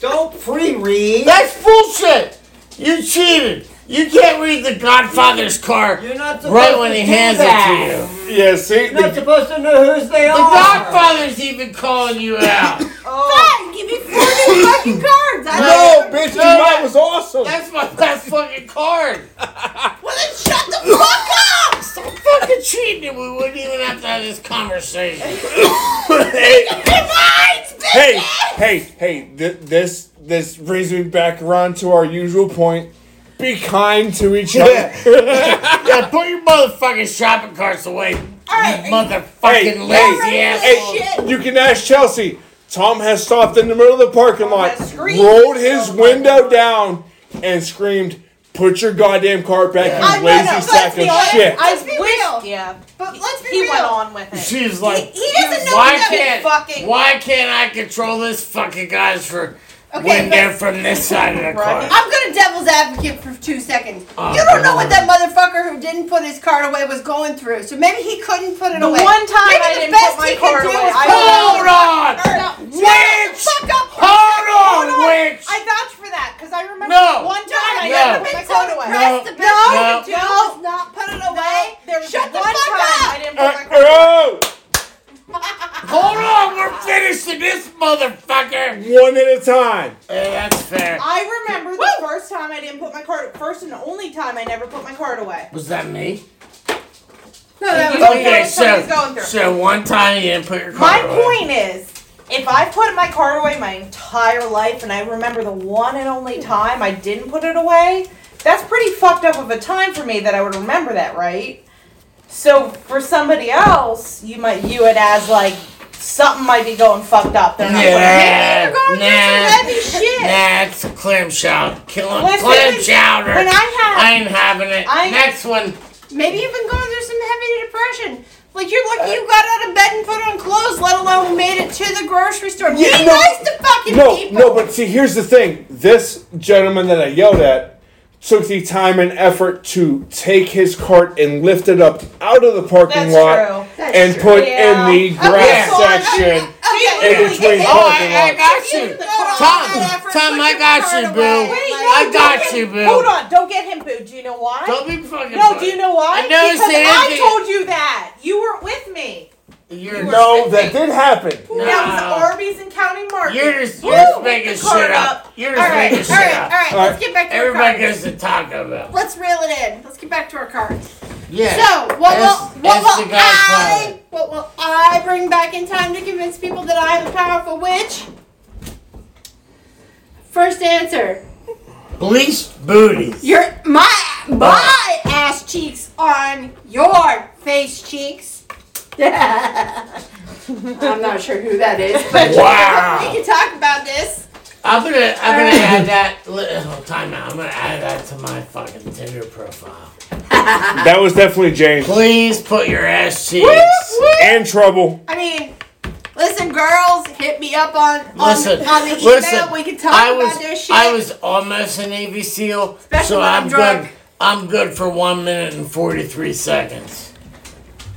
Don't pre-read. That's bullshit. You cheated. You can't read the Godfather's card You're not supposed right when to he do hands that. it to you. Yeah, see? You're not The, supposed to know whose they The are. Godfather's even calling you out. Oh. Fine, give me four new fucking cards. I no, don't- bitch, No, mine that- was awesome. That's my last fucking card. Well then shut the fuck up. Stop fucking cheating and we wouldn't even have to have this conversation. [coughs] Hey, Right, bitch. hey, hey, hey! Th- this this brings me back around to our usual point. Be kind to each other. [laughs] Yeah, put your motherfucking shopping carts away. Alright, you motherfucking Hey, lazy hey, ass. hey, Shit. you can ask Chelsea. Tom has stopped in the middle of the parking lot, has screamed. rolled his window down, and screamed, "Put your goddamn cart back, I you know, lazy let's sack be of honest. shit!" Let's be real. Yeah. But let's be He real. went on with it. She's like, He doesn't know why that we can't fucking- why can't I control this fucking guys for Okay, when but they're from this side of the car? Right. I'm gonna devil's advocate for two seconds. Oh, you don't know Lord. what that motherfucker who didn't put his card away was going through, so maybe he couldn't put it The away. one time maybe I the didn't best put my he could card do away, was I put it don't Hold away. on! No, shut Witch! the Fuck up! for a second. Hold on, witch! I vouch for that because I remember No. one time I No. had to Been put my so card away. impressed the No. best he could do No. was not put it away. There was Shut the one fuck time up. I didn't put Uh, my card away. oh, Hold on, we're finishing this motherfucker! one at a time. Hey, that's fair. I remember the first time I didn't put my card. First and only time I never put my card away. Was that me? No, that You- was Okay, know somebody's so going through. so one time you didn't put your My card away. point is, if I put my card away my entire life and I remember the one and only time I didn't put it away, that's pretty fucked up of a time for me that I would remember that, right? So for somebody else, you might view it as like something might be going fucked up. They're not Yeah, like, "Maybe you're nah. going through some heavy shit. That's clam chowder. Killing Listen, clam chowder. when I had- I ain't having it. I- Next one. Maybe you've been going through some heavy depression. Like you're lucky you got out of bed and put on clothes, let alone made it to the grocery store. Yeah, Be no. nice to fucking No, people. no, but see, here's the thing. This gentleman that I yelled at took the time and effort to take his cart and lift it up out of the parking That's lot true. That's and true. put Yeah. in the grass so I- section. Okay. In between Oh, parking I, I lots. got you. You throw all that Tom, effort, Tom, put I your got card you, away. boo. Wait, I no, got don't get- you, boo. Hold on, don't get him booed. Do you know why? Don't be fucking. no, do you know why? I never because said I anything. told you that. You weren't with me. You're, No, that did happen. No. That was Arby's and County Market. You're just, you're Woo, just pick making the shit card up. You're just All right, all making right, shit all up. right. Let's get back to Everybody our cards. goes to Taco Bell. Let's reel it in. Let's get back to our cards. Yeah. So, what That's- will what that's the will guy's I what will I bring back in time to convince people that I am a powerful witch? First answer. Bleached booties. Your my my ass cheeks on your face cheeks. [laughs] I'm not sure who that is, but Wow. we can talk about this. I'm gonna I'm gonna add that. li- Oh, time out. I'm gonna add that to my fucking Tinder profile. That was definitely Jane. Please put your ass cheeks. And trouble. I mean, listen, girls, hit me up on on, Listen, on the email. listen, we can talk I was about this shit. I was almost a Navy SEAL, Especially so when I'm I'm drunk. good. I'm good for one minute and forty three seconds.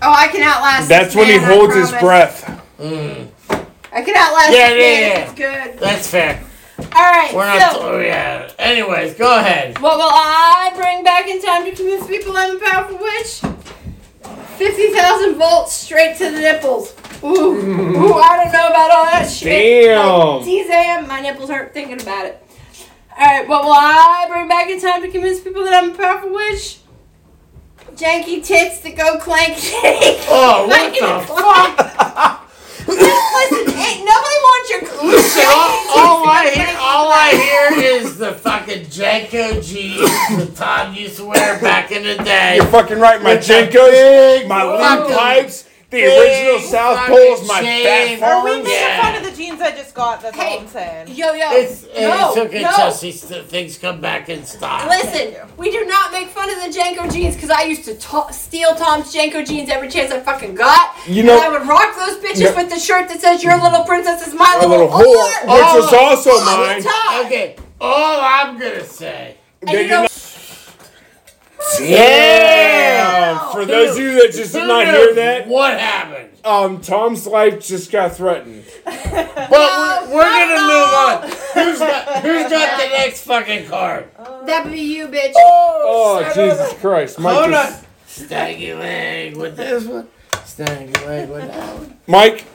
oh, I can outlast. That's this when he man, I holds his promise. breath. I can outlast. Yeah, yeah, this man, yeah. It's good. That's fair. All right, We're so not. oh, yeah. Anyways, go ahead. what will I bring back in time to convince people I'm a powerful witch? Fifty thousand volts straight to the nipples. Ooh, ooh, I don't know about all that shit. Damn. Damn, my nipples hurt thinking about it. Alright, what will I bring back in time to convince people that I'm a powerful witch? Janky tits that go clank. [laughs] Oh, what the fuck? [laughs] Listen, ain't nobody wants your Listen, all, all I Janky hear, tits that go all clank. I hear is the fucking Janko jeans that Todd used to wear back in the day. You're fucking right. My With that Jenkos, my lead fucking- pipes, the big original South fucking Poles, my shame. fat Are we farms. making Yeah. fun of the jeans I just got? That's Hey, all I'm saying. Yo, yo. It's, no, it's okay, no. Chelsea. st- Things come back in stock. Listen, we do not make fun of the Janko jeans because I used to to- steal Tom's Janko jeans every chance I fucking got. You know- and I would rock those bitches No. with the shirt that says "Your little princess is my A little whore, whore." which was Oh. also all the mine. time. Okay, all I'm gonna say. And you They know- did Damn! For those of you that just did Who not knew hear that, What happened? um, Tom's life just got threatened. But we're, we're gonna move on. Who's got, who's got the next fucking card? That'd be you, bitch. Oh, Jesus Christ. Mike, Hold on. just- Stanguling with this one. Stanguling with that one. Mike,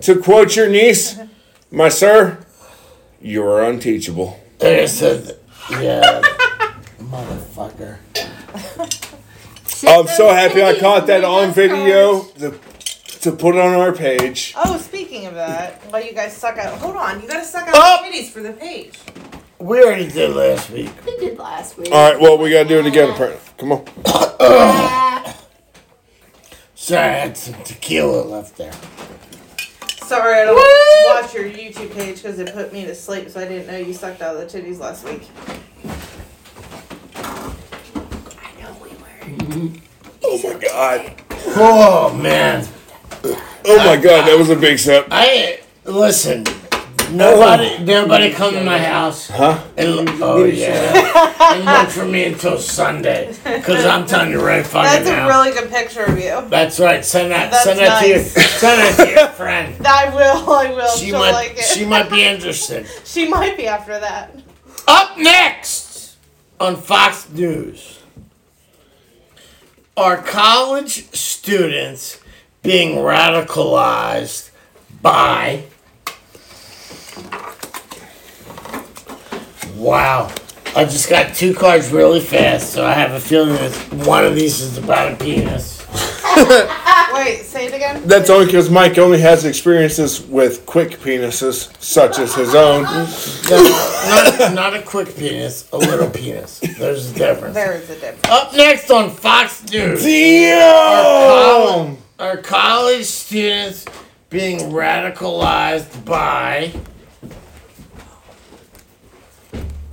to quote your niece, my sir, you are unteachable. There's a. Yeah. motherfucker. I'm so happy I caught that on video to, to put on our page. Oh, speaking of that, while you guys suck out, hold on, you gotta suck out Oh. the titties for the page. We already did last week. We did last Uh. week. All right, well, we got to do it again. apparently. Come on. Yeah. Sorry, I had some tequila left there. Sorry, I don't watch your YouTube page because it put me to sleep, so I didn't know you sucked out the titties last week. I know we were. Oh, my God. Oh, man. Oh, my God. That was a big sip. I. Listen. Nobody, nobody come to my house. Huh? And, oh yeah. [laughs] and look for me until Sunday, cause I'm telling you right fucking That's now. a really good picture of you. That's right. Send that. That's send that nice. to your. Send that to [laughs] your friend. I will, [laughs] I will. She She'll might. like it. She might be interested. she might be [laughs] after that. Up next on Fox News are college students being radicalized by. Wow. I just got two cards really fast, so I have a feeling that one of these is about a penis. Wait, say it again. That's only because Mike only has experiences with quick penises, such as his own. No, not, not a quick penis, a little penis. There's a difference. There is a difference. Up next on Fox News. Damn! Are college students being radicalized by?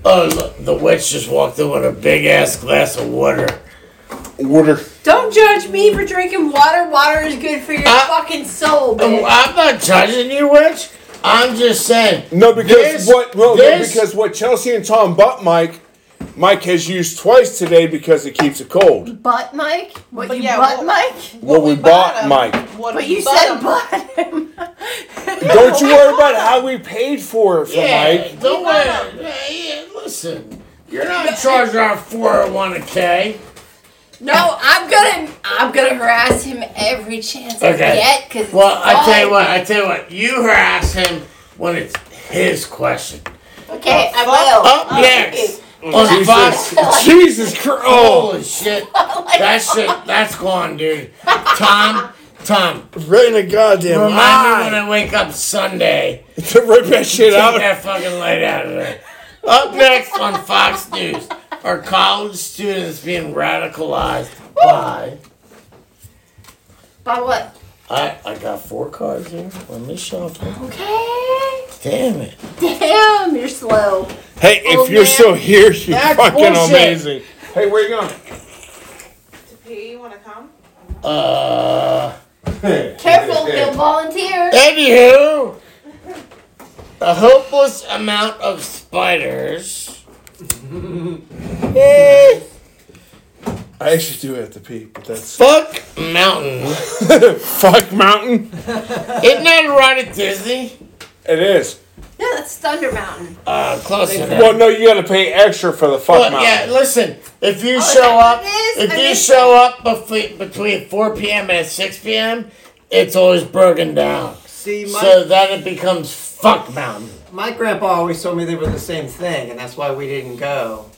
Oh, look, the witch just walked in with a big ass glass of water. Water. Don't judge me for drinking water. Water is good for your Uh, fucking Oh, soul, bitch. I'm not judging you, witch. I'm just saying. No, because This- what? Well, no, this- because what Chelsea and Tom bought Mike, Mike has used twice today because it keeps it cold. butt, Mike. What But you yeah, butt, well- Mike? Well, we bought him. Mike. What But we you bought said him. butt. Don't you worry about how we paid for it for Yeah, Mike. don't worry. Yeah, yeah, listen, you're not charging our 401k. No, I'm gonna I'm gonna harass him every chance I Okay. get because Well, I tell you what. I tell you what. You harass him when it's his question. Okay, Uh, I will. Up next on Fox Jesus Christ! Oh, Holy shit. That shit, that's gone, dude. Tom, Tom, right in the goddamn remind me when eye. I wake up Sunday. [laughs] To rip that shit Take out. that fucking light out of there. Up next on Fox News are college students being radicalized by. By what? I, I got four cards here. Let me shuffle. Okay. Damn it. Damn, you're slow. Hey, Oh, if you're man. still here, you're That's fucking bullshit. amazing. Hey, where you going? To pee, you wanna come? Uh, Careful, he'll volunteer. anywho, a hopeless amount of spiders. Eh, I actually do have to pee, but that's Fuck Mountain. [laughs] fuck mountain. Isn't that a ride at Disney? It is. No, that's Thunder Mountain. Uh, close enough. Well, no, you got to pay extra for the fuck Look, yeah, mountain. listen. If you is show that up, what Oh, it is? if I you missed show up between, between 4 p.m. and 6 p.m., it's always broken down. See, my, So that it becomes fuck mountain. my grandpa always told me they were the same thing, and that's why we didn't go.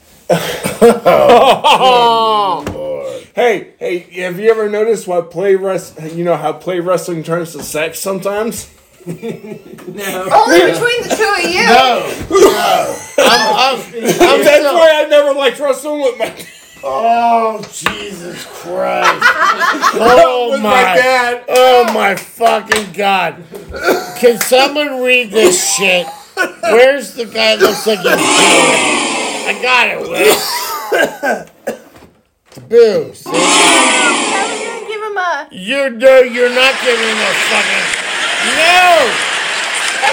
Hey, hey, have you ever noticed why play rest? You know how play wrestling turns to sex sometimes. No. Oh, Only between the two of you. No, no. [laughs] I'm, I'm, I'm That's still- why I never liked wrestling with my, Oh Jesus [laughs] Christ! oh with my my! dad. Oh my fucking God! Can someone read this shit? Where's the guy that looks like he's doing it? I got it, Will. Boo! see? How are we gonna give him a? You know you're not giving a fucking no.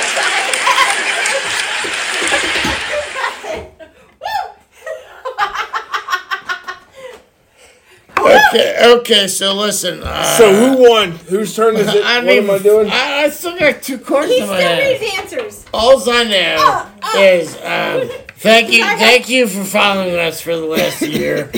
Okay, okay. So listen. Uh, So who won? Whose turn [laughs] is it? I what mean, am I doing? I, I still got two cards He in my still hand. needs answers. All I know is um, thank you, Sorry. thank you for following us for the last year.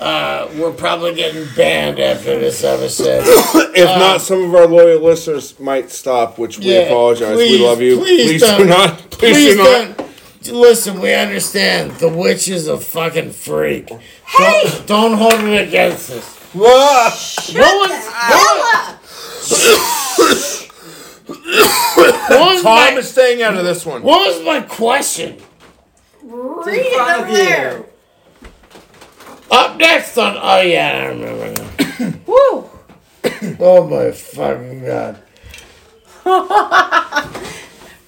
Uh, we're probably getting banned after [laughs] this episode. if not, some of our loyal listeners might stop, which we Yeah, apologize. please, we love you. please Please, do don't. not. Please, Please do not. don't. Listen, we understand the witch is a fucking freak. Hey! Don't, don't hold it against us. Whoa. What was, Ella, [coughs] what was Tom my, is staying out of this one. what was my question? read it front over of you. there. Up next on oh yeah, I remember now. Woo! [coughs] Oh my fucking god.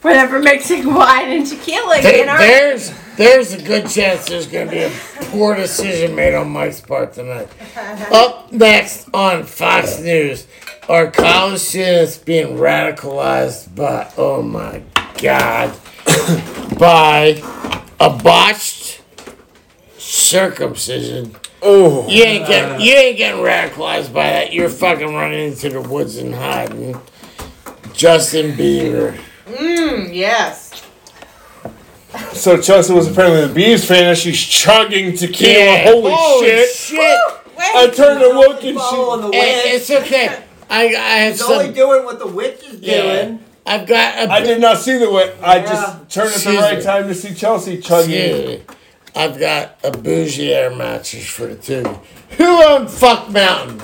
Whatever [laughs] Mexican wine and tequila There- in our there's there's a good chance there's going to be a poor decision made on Mike's part tonight. Up next on Fox News are college students being radicalized by oh my god [coughs] by a botched circumcision. Oh, You ain't getting you ain't getting radicalized by that. You're fucking running into the woods and hiding. Justin Bieber. Mm, yes. so Chelsea was apparently the bees fan, and she's chugging tequila. Holy, Oh, shit! Wait. I turned and looked, and Following she. the Hey, witch. it's okay. I, I have He's only some. doing what the witch is Yeah. doing. I've got a. I did not see the way. I Yeah. just turned at the Excuse right me. time to see Chelsea chugging. Excuse me. I've got a bougie air mattress for the two. of you. Who owned Fuck Mountain?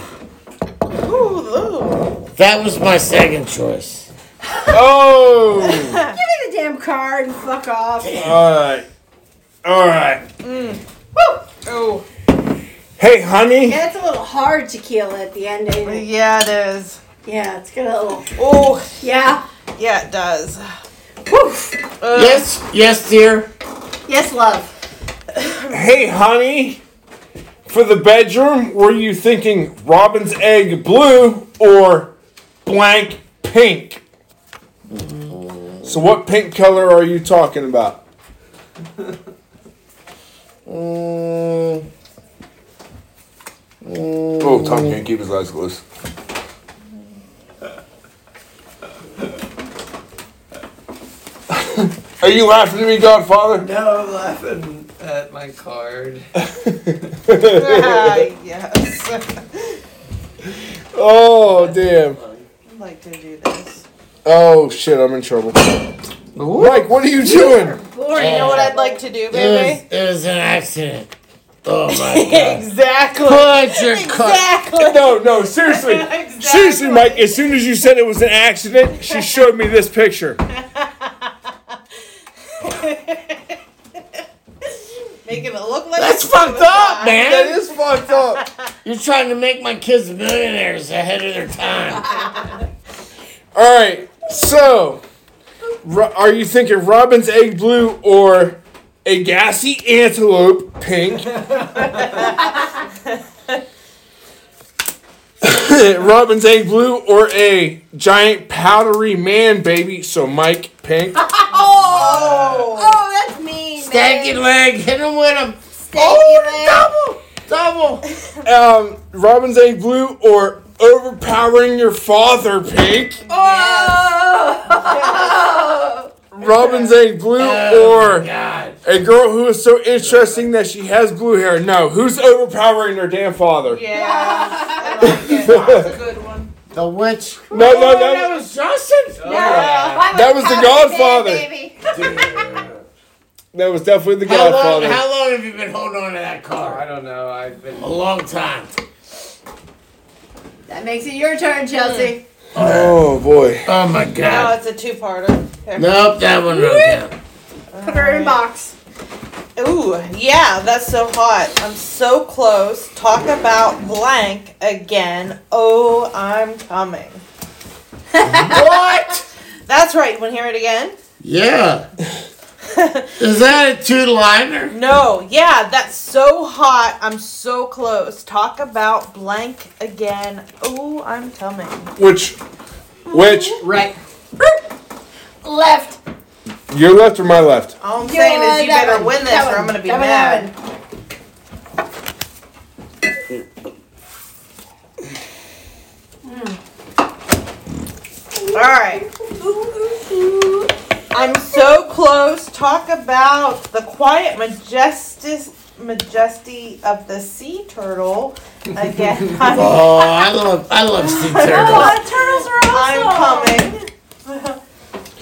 Ooh, ooh. That was my second choice. Oh, Give me the damn card and fuck off. all right, all right. Ooh. Hey, honey. Yeah, it's a little hard tequila at the end. Ain't it? Yeah, it is. Yeah, it's got a little. Ooh, Yeah. Oh, yeah, it does. Poof. Ugh. Yes, yes, dear. Yes, love. Hey, honey. For the bedroom, were you thinking robin's egg blue or blank pink? So, what pink color are you talking about? Mm, Oh, Tom can't keep his eyes closed. [laughs] Are you laughing at me, Godfather? No, I'm laughing at my card. Ah, [laughs] yes. Oh, damn. I'd like to do this. Oh, shit, I'm in trouble. Mike, what are you doing? Boring. You know what I'd like to do, it, was, baby? it was an accident. Oh my god. Exactly. Put your cut. Exactly. No, no, [laughs] seriously. Seriously, Mike, as soon as you said it was an accident, she showed me this picture. Making it look like That's it's fucked up, suicide. man. fucked up. You're trying to make my kids millionaires ahead of their time. All right, so Ro- Are you thinking robin's egg blue or a gassy antelope pink? [laughs] robin's egg blue or a giant powdery man baby? So Mike pink. Oh, oh, that's mean, Stanky man. leg, hit him with him. Stanky leg. Double. Um, robin's egg blue or overpowering your father pink? Oh. Robin's egg blue Oh, or God. a girl who is so interesting that she has blue hair? No, who's overpowering her damn father? [laughs] Yeah. I like it. That's a good one. The witch. No, no, no. that was Justin. Why That was the Tommy say it, Godfather. baby? That was definitely the How long, Godfather. how long have you been holding on to that Oh, I car? don't know. I've been. A long time. That makes it your turn, Chelsea. oh boy. Oh my No, God. it's a two-parter. There. Nope, that one wrote down. Put her in box. Ooh, yeah, that's so hot. I'm so close. Talk about blank again. Oh, I'm coming. What? That's right. Want to hear it again? [laughs] Yeah. Is that a two liner? No, yeah, that's so hot. I'm so close. Talk about blank again. Oh, I'm coming. Which, which, Right. Left. your left or my left? All I'm saying is you better win this or I'm going to be mad. All right. I'm so close. Talk about the quiet majestic majesty of the sea turtle again. I'm, Oh, I love I [laughs] love sea turtles. turtles are I'm coming.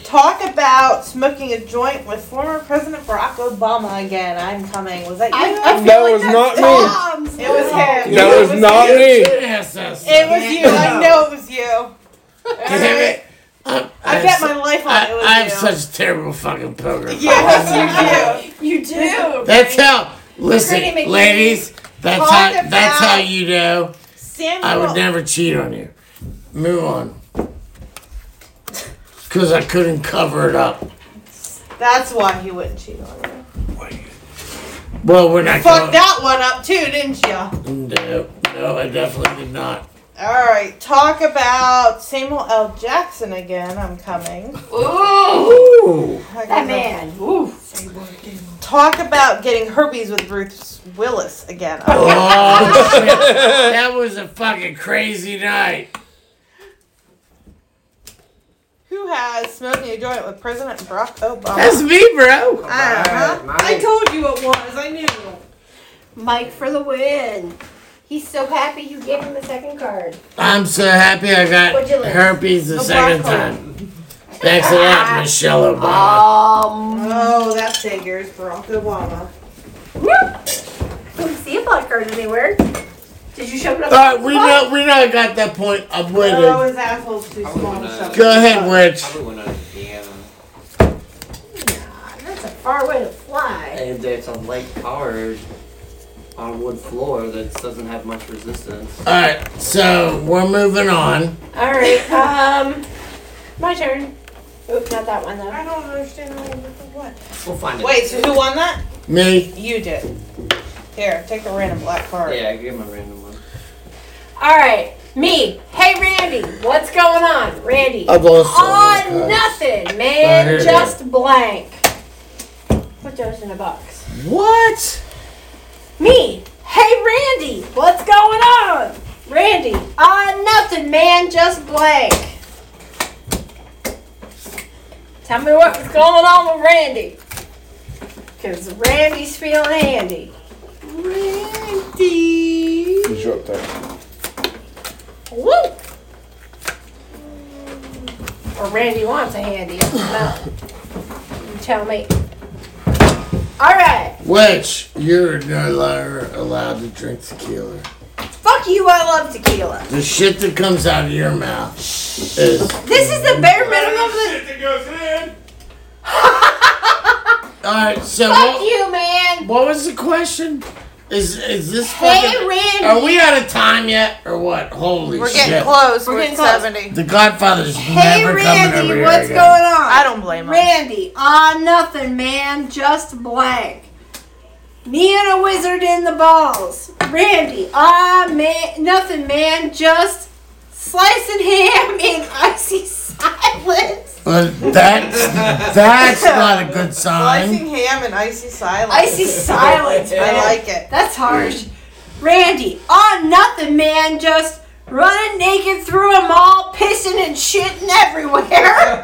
Talk about smoking a joint with former President Barack Obama again. I'm coming. Was that you? I- That was not me. Tom's. it was him. That was not me. It was you. I know it was you. Damn it. I, I bet my life on it. I, was I have you. such terrible fucking program. [laughs] Yes, [laughs] you do. You do. That's how. Listen, Pretty McGee. ladies. That's Talk how. That's how about- you know Samuel. I would never cheat on you. Move on. Cause I couldn't cover it up. That's why he wouldn't cheat on you. Well, we're not Fucked going. that one up too, didn't you? No, no, I definitely did not. All right, talk about Samuel L. Jackson again. I'm coming. Ooh. That man. Talk about getting herpes with Bruce Willis again. I'm- [laughs] Oh, shit. that was a fucking crazy night. Who has smoking a joint with President Barack That's Obama? me, bro. Uh-huh. Mine, I mine. told you it was. I knew. Mike for the win. He's so happy you gave him the second card. I'm so happy I got What'd you like? herpes the The second black time. Thanks a [laughs] lot, Michelle Obama. Um. Oh, that figures, Barack Obama. Don't see a black card anywhere. Did you shove it up? All right, Uh, we know we know I got that point. I'm Oh, winning. his asshole's too small. to shove Go it. ahead, witch. Probably went on Indiana. That's a far way to fly. And it's a light card on wood floor that doesn't have much resistance. All right, so we're moving on. All right. Um. My turn. Oop, not that one though. I don't understand why you what. We'll find it. Wait, so who won that? Me, You did. Here, take a random black card. Yeah, give him a random [laughs] one. All right. Me. Hey, Randy. What's going on, Randy? I've lost. several times. On nothing, Oh, here man. it Just blank. Put those in a box. What? Me. Hey, Randy. What's going on? Randy. On nothing, man. Just blank. Tell me what was going on with Randy. Because Randy's feeling handy. Randy. Did you up there? Woo! Or Randy wants a handy. I don't know. You tell me. All right. Witch, you're no longer allowed to drink tequila. Fuck you. I love tequila. The shit that comes out of your mouth is. This is the bare minimum. Of the- All right, so Fuck what, you, man. what was the question? Is is this Hey, fucking? Randy. Are we out of time yet or what? Holy We're shit! getting close. We're We're, getting at close. 70. The Godfather's Hey, never coming over Randy, here what's again. going on? I don't blame him. Randy, ah, nothing, man. Just blank. Me and a wizard in the balls. Randy, ah, man, nothing, man. Just slicing [laughs] ham in icy [laughs] silence. Well, that's that's [laughs] not a good sign. Slicing ham and icy silence. [laughs] Icy silence, man. I like it. That's Mm. harsh. Randy, ah, nothing, man. Just running naked through them all, pissing and shitting [laughs] everywhere.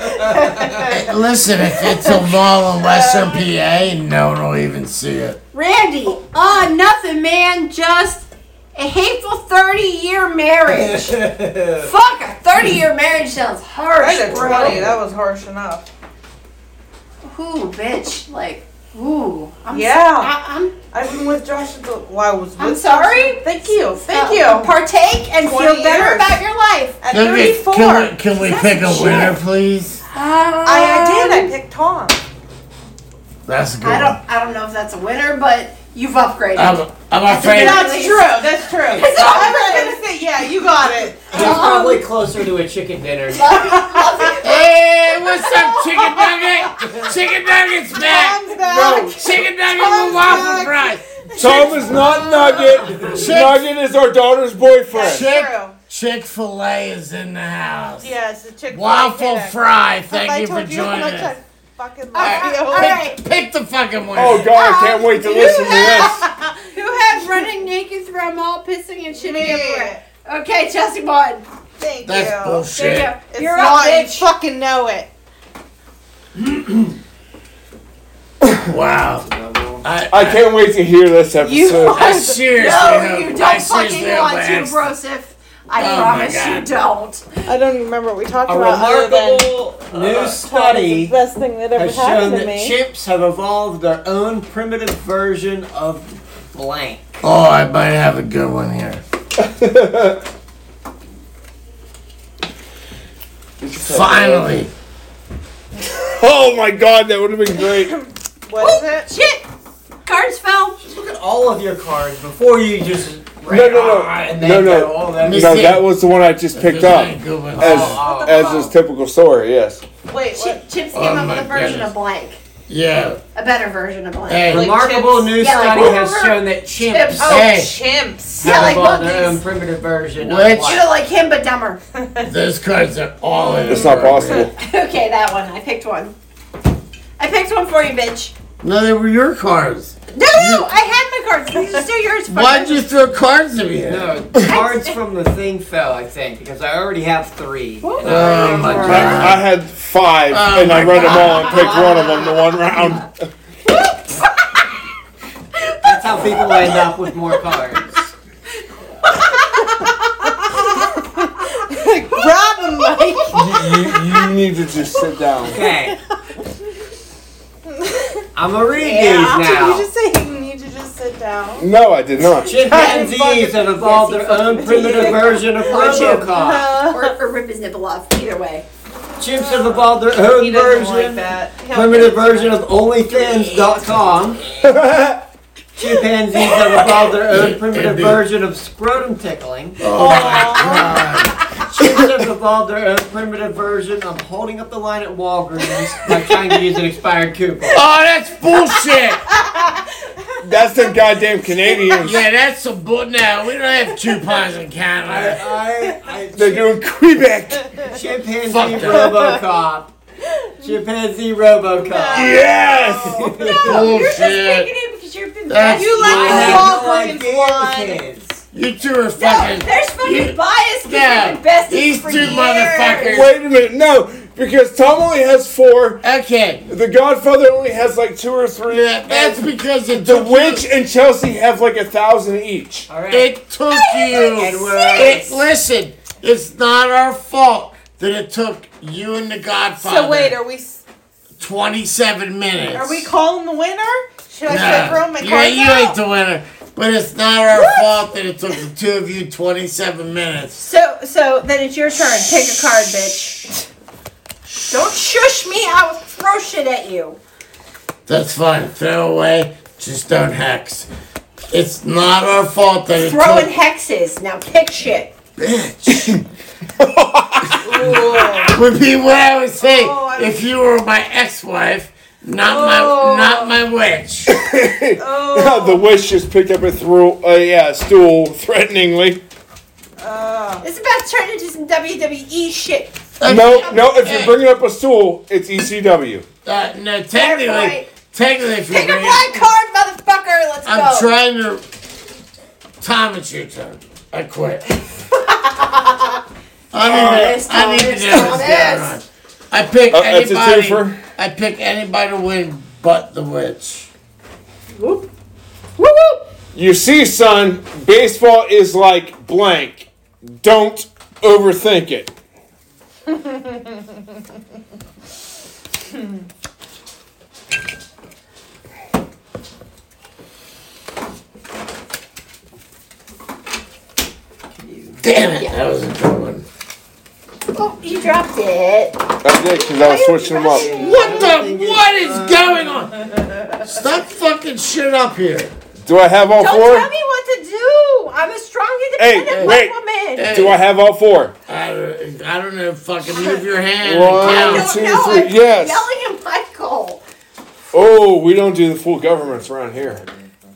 Listen, if it's a mall in Western PA, no one will even see it. Randy, ah, nothing, man. Just a hateful 30 year [laughs] marriage. Fuck, a 30 year marriage sounds harsh, Right at 20. bro. That was harsh enough. Ooh, bitch. Like, ooh. I'm so- Yeah. I, am I've been with Josh until. Well, I was with I'm sorry? Josh- Thank you. Thank uh, you. Partake and feel 20 better years. about your life. Oh. At Can we, 34. can we, can we That's pick a shit. winner, please? I, I did. I picked Tom. That's a good. Um, I one. don't, I don't know if that's a winner, but you've upgraded. I'm, I'm afraid. That's true. That's true. I was gonna say, yeah, you got it. It's probably closer to a chicken [laughs] dinner. Hey, what's up, chicken nugget? Chicken nuggets back. Tom's back. Chicken nugget with waffle fries. Tom is not Nugget. Nugget is our daughter's boyfriend. Chick- True. Chick Fil A is in the house. Yes, the chicken. Waffle fry. I Thank you for told you how joining much I us. fucking All love right, you. pick, pick the fucking winner. Oh God, I can't wait to listen to this. Who has running naked through them all, pissing and shitting everywhere? Yeah. Okay, Chelsea Bond. Thank That's you. bullshit. There you It's go. You're up, not, bitch. you fucking know it. Wow. I, I can't wait to hear this episode. I seriously No, hope- you I don't seriously fucking hope want I to, asked- Broseph. I Oh my promise God. you don't. I don't even remember what we talked A about. other than uh, remarkable New Tom is study the best thing that ever has shown happened to that me. chimps have evolved their own primitive version of blank. Oh, I might have a good one here. Finally. Oh my God, that would have been great. what is it? Shit! Cards fell. Look at all of your cards before you just. No, no, no. And No, then no. go all that. Me- No, that was the one I just picked This up. ain't good one. As as is typical story, yes. Wait, what? Chip, Chips Oh came up my with a version goodness. of blank. yeah. A better version of blank. Hey. Remarkable chimps. new Yeah, like- study has shown that chimps Chips. Oh, Hey. chimps. Yeah, have like evolved their own monkeys. primitive version Which- of You blank. know, like him, but [laughs] dumber. Those cards are all in. It's not possible. okay, that one. I picked one. I picked one for you, bitch. No, they were your cards. No, no, I had my cards. These are still yours. Why'd fucker. you throw cards at me? No, cards from the thing fell, I think, because I already have three. and I Oh already my have I, four. God. I had five, Oh and I my read them all and picked one of them the one round. That's how people end up with more cards. Grab him, Mike. You, you need to just sit down. Okay. I'm gonna read these Did you now. just say you need to just sit down? No, I did not. [laughs] Chimpanzees have evolved their own primitive version of Oh Robocop. Uh-huh. Or, or rip his nipple off. Either way. Chimps have evolved their own He doesn't like version, that. He'll- primitive version of OnlyFans.com. Chimpanzees have evolved their own primitive version of scrotum tickling. Aw. Chimps Uh, have evolved their own primitive version of holding up the line at Walgreens by trying to use an expired coupon. Oh, that's bullshit. That's the goddamn Canadians. yeah, that's some bull. No, we don't have coupons in Canada. I, [laughs] I, I, They're doing Quebec. Chimpanzee Fuck Robocop. Chimpanzee Robocop. Yes. Bullshit. it because you're Oh, That's You I like bull- the have no Walgreens idea line. kids. You two are No, fucking. there's fucking you- bias. We've Yeah, been besties these for two years. motherfuckers. Wait a minute. No, because Tom only has four. Okay. The Godfather only has like two or three. Yeah, that's because it The took you- Witch and Chelsea have like a thousand each. Alright. It took and you. we're It, listen, it's not our fault that it took you and the Godfather So wait, are we s- 27 minutes. are we calling the winner? Should I Nah. start throwing my yeah, cards you ain't out? the winner. But it's not our fault that it took the two of you 27 minutes. So, so then it's your turn. Pick a card, bitch. Don't shush me. I will throw shit at you. That's fine. Throw away. Just don't hex. It's not our fault that it Throwing took. hexes. Now pick shit. Repeat what I [laughs] would say Oh, I- Oh. if you were my ex-wife, not my not my witch. the witch just picked up a through, uh, yeah, stool threateningly. Uh, This is about to turn into some WWE shit. No, no. If you're Hey. bringing up a stool, it's E ECW. Uh, no, Fair technically, point. technically, if you're Pick a bringing, black card, motherfucker. Let's I'm go. trying to. Tom, it's your turn. I quit. I need Honest, to. I need to know honest, what's going on. honest. I pick Uh, that's a anybody. twofer. I pick anybody to win, but the witch. You see, son, baseball is like blank. Don't overthink it. Damn it! That was a good one. Oh, you dropped it. I did because I was switching them up. What the? What is going on? Stop fucking shit up here. Do I have all Don't tell four? me what to do. I'm a strong, Hey, independent wait. black woman. Hey, Do I have all four? I don't, I don't know. Fucking move your hand. One, I Count. don't two, know. three. I'm Yes. yelling at Michael. Oh, we don't do the full governments around here.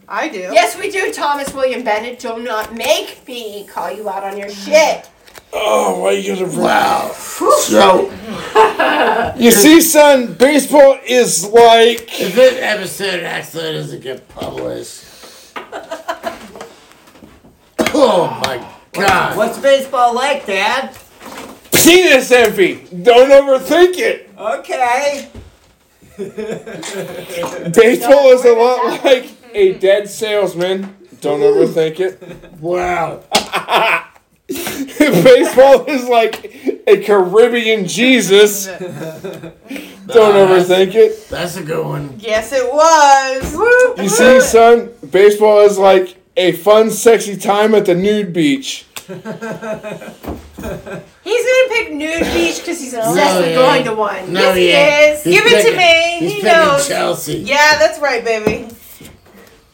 I do. Yes, we do, Thomas William Bennett. Do not make me call you out on your shit. Oh, why you gonna Wow. So You see, son, baseball is like. if this episode actually doesn't get published, oh my god. What's baseball like, Dad? Penis envy. Don't overthink it. Okay. Baseball is a lot like a dead salesman. Don't overthink it. [laughs] Wow. Baseball is like a Caribbean [laughs] Jesus. Don't overthink it. That's a good one. Yes, it was. You see, son, baseball is like a fun, sexy time at the nude beach. He's gonna pick nude beach because he's obsessed No, with he going ain't. to one. No, yes, he ain't. he He's is. Give it to picking- me. He's He picking knows. Chelsea. Yeah, that's right, baby.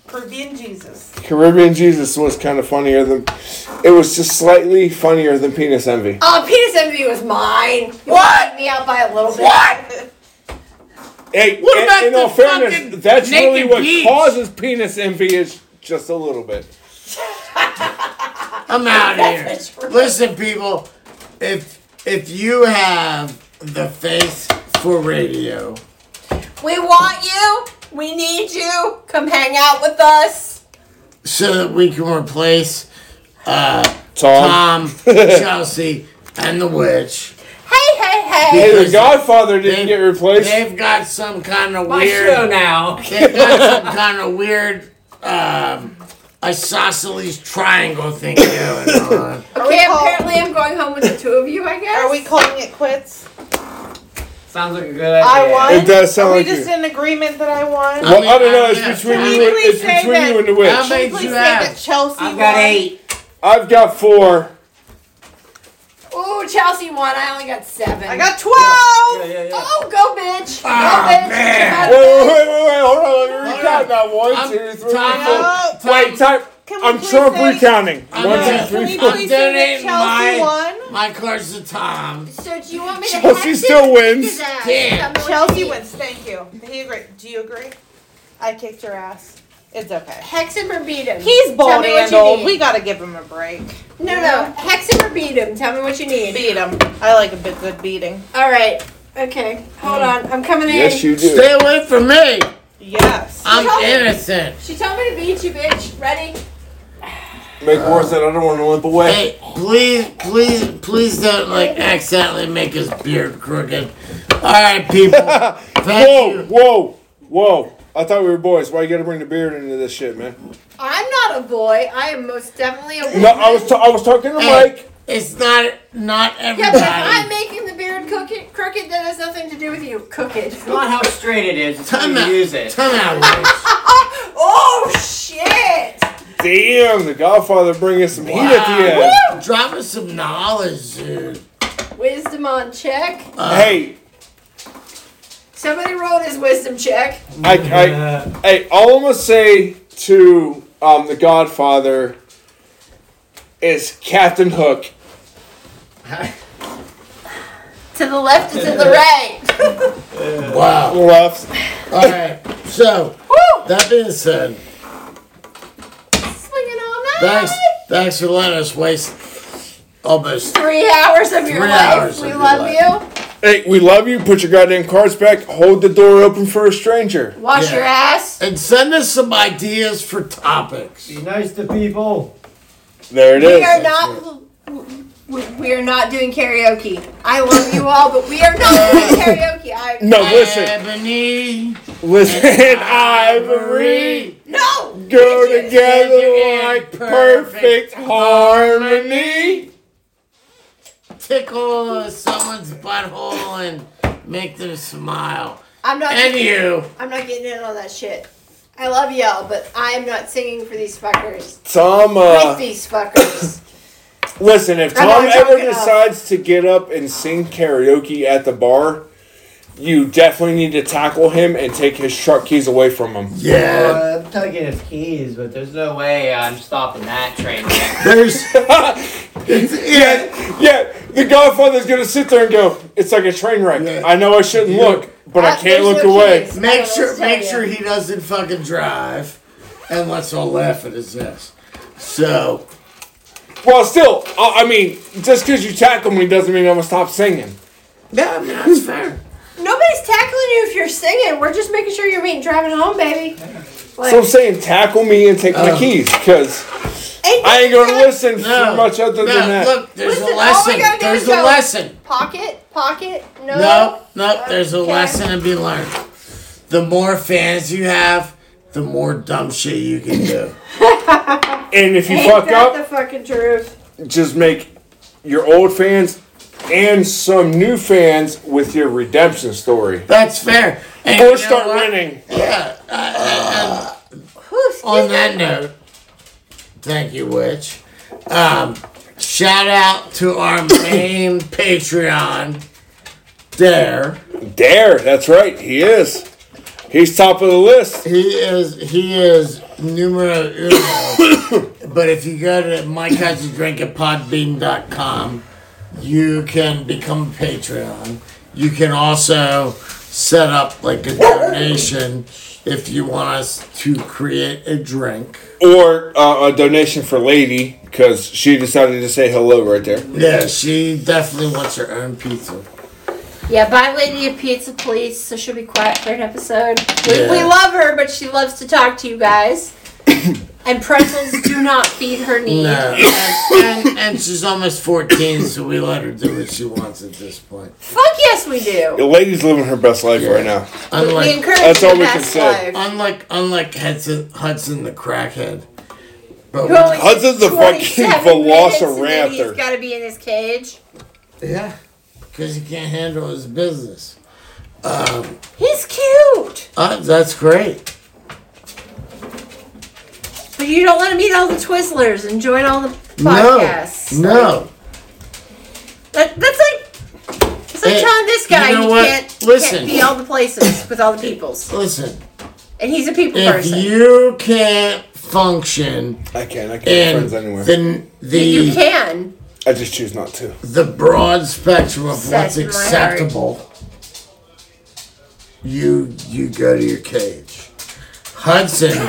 Caribbean Jesus. Caribbean Jesus was kind of funnier than. It was just slightly funnier than penis envy. Oh, penis envy was mine. What? Me out by a little bit. What? Hey, What in- about in the all fucking fairness, that's naked really what beach? causes penis envy is just a little bit. I'm out of here. Listen, people, if if you have the face for radio, We want you. We need you. Come hang out with us. so that we can replace Tom. Tom, Chelsea, and the witch, Hey, hey, hey. Hey, the Godfather didn't get replaced. they've got some kind of My show weird. now. They've got some kind of weird um, isosceles triangle thing going [laughs] on. Okay, call- apparently I'm going home with the two of you, I guess. Are we calling it quits? Sounds like a good idea. I won. It does sound Are like we just you. in agreement that I won? Well, I don't know. I mean, I- It's between Can you. we and- please It's say between that- you and the How witch. many Please you say that have? Chelsea I've got won. eight. I've got four. Ooh, Chelsea won. I only got seven. I got twelve. Yeah, yeah, yeah. Oh, go, bitch. Ah, go, bitch. man. Wait, Go, wait, wait, wait, bitch. wait. Hold on. Let me Hold recount on. now. One, I'm- two, three, Tom- four. Oh, Wait, time. Can we I'm please Trump say- recounting. I'm One, not- two, Can we three, four. please say that donating my- Chelsea won? My cards to Tom. So do you want me to Chelsea hack this still into wins. that? Damn. Come on, Chelsea Pete. wins. Thank you. He agree. Do you agree? I kicked your ass. It's okay. Hex him or beat him. He's Tell bald me what and you old. need. We gotta give him a break. No, no. Hex him or beat him. Tell me what you need. Beat him. I like a bit good beating. All right. Okay. Hmm. Hold on. I'm coming in. Yes, you do. Stay away from me. Yes. I'm innocent. She told me to beat you, bitch. Ready? Make words that I don't want to limp away. Hey, please, please, please don't like accidentally make his beard crooked. All right, people. [laughs] [laughs] Thank Whoa, you. whoa, whoa. I thought we were boys. Why you gotta bring the beard into this shit, man? I'm not a boy. I am most definitely a woman. No, I was, ta- I was talking to Mike. It's not not yeah, everybody. but if I'm making the beard crooked, crooked, that has nothing to do with you. Crooked. It's not how straight it is. It's how Time you out. use it. Time [laughs] out, Rich. oh shit! Damn, the Godfather bringing some heat at the end. Drop us some [laughs] knowledge, dude. Wisdom on check. Hey, Somebody rolled his wisdom check. I, I, hey, all I'm gonna say to um, The Godfather is Captain Hook. To the left and [laughs] to the right. Wow. Left. All right. So that being said, Swinging all night. thanks, thanks for letting us waste almost Three hours of your Three life. hours we of your love life. Hey, we love you. Put your goddamn cards back. Hold the door open for a stranger. you. Wash Yeah. your ass. and send us some ideas for topics. Be nice to people. There it We are is. not. We, we are not doing karaoke. I love you all, but we are [laughs] not doing karaoke. I No, listen, Ebony, listen. [laughs] and Ivory no. go Bitches. together Bitches. like perfect harmony. tickle someone's butthole and make them smile. I'm not. And you. I'm not getting in on that shit. I love y'all, but I am not singing for these fuckers. Tom, With uh, these fuckers. listen. If I'm Tom not ever drunk enough. decides to get up and sing karaoke at the bar, you definitely need to tackle him and take his truck keys away from him. Yeah. Uh, I'm tugging his keys, but there's no way I'm stopping that train wreck. [laughs] There's Yeah, yeah. The Godfather's gonna sit there and go, "It's like a train wreck. Yeah. I know I shouldn't Yeah. look, but I Uh, can't there's look no away." keys. make Let's sure tell make you. sure he doesn't fucking drive. And let's all laugh at his ass. So Well, still, I I mean, just because you tackle me doesn't mean I'm gonna stop singing. yeah, I mean, that's fair. Nobody's tackling you if you're singing. We're just making sure you're meeting driving home, baby. Like, So I'm saying, tackle me and take my Oh. keys, because ain't I ain't gonna nothing- listen for much other no, than that. Look, there's Listen, all a we lesson. gotta do There's is a go. lesson. Pocket, pocket, no. No, no, there's a Okay. lesson to be learned. The more fans you have, the more dumb shit you can do. and if you Ain't fuck that up, the fucking truth? just make your old fans and some new fans with your redemption story, That's fair. And you or know start what? winning. Yeah. uh, uh, uh, Whew, excuse on me. that note, thank you, Witch. Um, shout out to our main Patreon there. Dare, that's right, he is. He's top of the list. He is he is numero uno. [coughs] but if you go to my cousin drink at podbean.com, you can become a Patreon. You can also set up like a donation if you want us to create a drink. or uh, a donation for Lady because she decided to say hello right there. Yeah, she definitely wants her own pizza. Yeah, bye, Lady of Pizza, please. So she'll be quiet for an episode. We, Yeah. we love her, but she loves to talk to you guys. and pretzels do not feed her need. No, and, and, and she's almost 14, so we let her do what she wants at this point. Fuck yes, we do. The lady's living her best life right now. We, we Unlike, encourage That's your all we can best say. life. unlike, unlike Hudson, Hudson the crackhead. But Who only we, Hudson's gets the fucking 27 minutes and then velociraptor. He's got to be in his cage. yeah, because he can't handle his business. He's cute, Uh, that's great. but you don't let him eat all the Twizzlers and join all the podcasts. No, no. That, that's like it's like Hey, telling this guy you know he what? can't Listen. can't be all the places with all the peoples, Listen, and he's a people if person. you can't function I can't. I can't be in friends anywhere. the, you the, can. I just choose not to. the broad spectrum of what's Says my heart. acceptable, you you go to your cage. Hudson.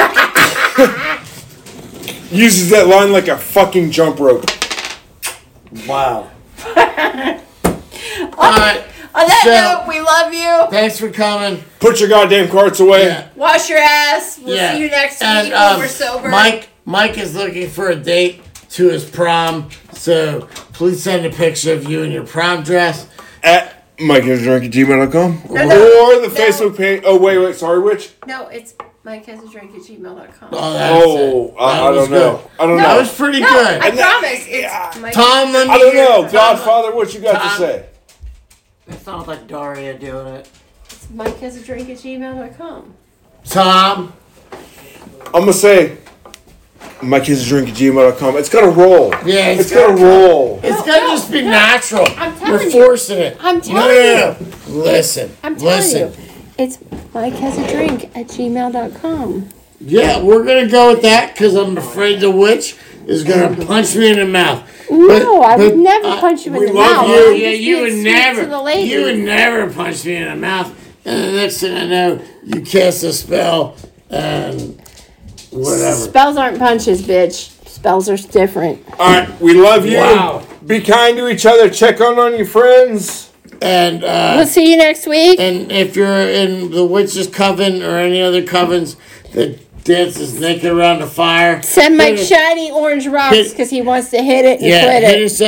Uses that line like a fucking jump rope. Wow. All right. On that So- note, we love you. Thanks for coming. Put your goddamn cards away. Yeah. Wash your ass. We'll yeah. see you next and, week um, when we're sober. Mike Mike is looking for a date to his prom, so please send a picture of you in your prom dress. At MikeIsDrunk at gmail.com. no, or the no. Facebook page. Oh, wait, wait. Sorry, which? no, it's Mike has a drink at gmail.com. Oh, that's Oh, it. I, That I was don't know. I don't good. That know. was pretty no, good. I promise. It's Mike. Tom, let me I don't hear- know. Godfather, what you got Tom. to say? It sounds like Daria doing it. It's Mike has a drink at gmail.com. Tom, I'm going to say MikeIsDrunk at gmail.com. It's got to roll. Yeah, it's it's got to roll. it's gotta just be natural. I'm telling We're you. forcing it. I'm No, telling you. no, no, no. Listen. I'm telling listen. you. It's Mike has a drink at gmail.com. Yeah, we're gonna go with that because I'm afraid the witch is [laughs] gonna punch me in the mouth. No, I would never I- punch you in we the love mouth. you. I'm yeah, just you being would sweet never, To the lady. you would never punch me in the mouth. And the next thing I know, you cast a spell and whatever. Spells aren't punches, bitch. Spells are different. All right, we love you. Wow. Be kind to each other. Check on on your friends. And uh, We'll see you next week. And if you're in the witch's coven or any other covens that dances naked around the fire, Send Mike hit- shiny orange rocks hit- because he wants to hit it and yeah, quit hit it. us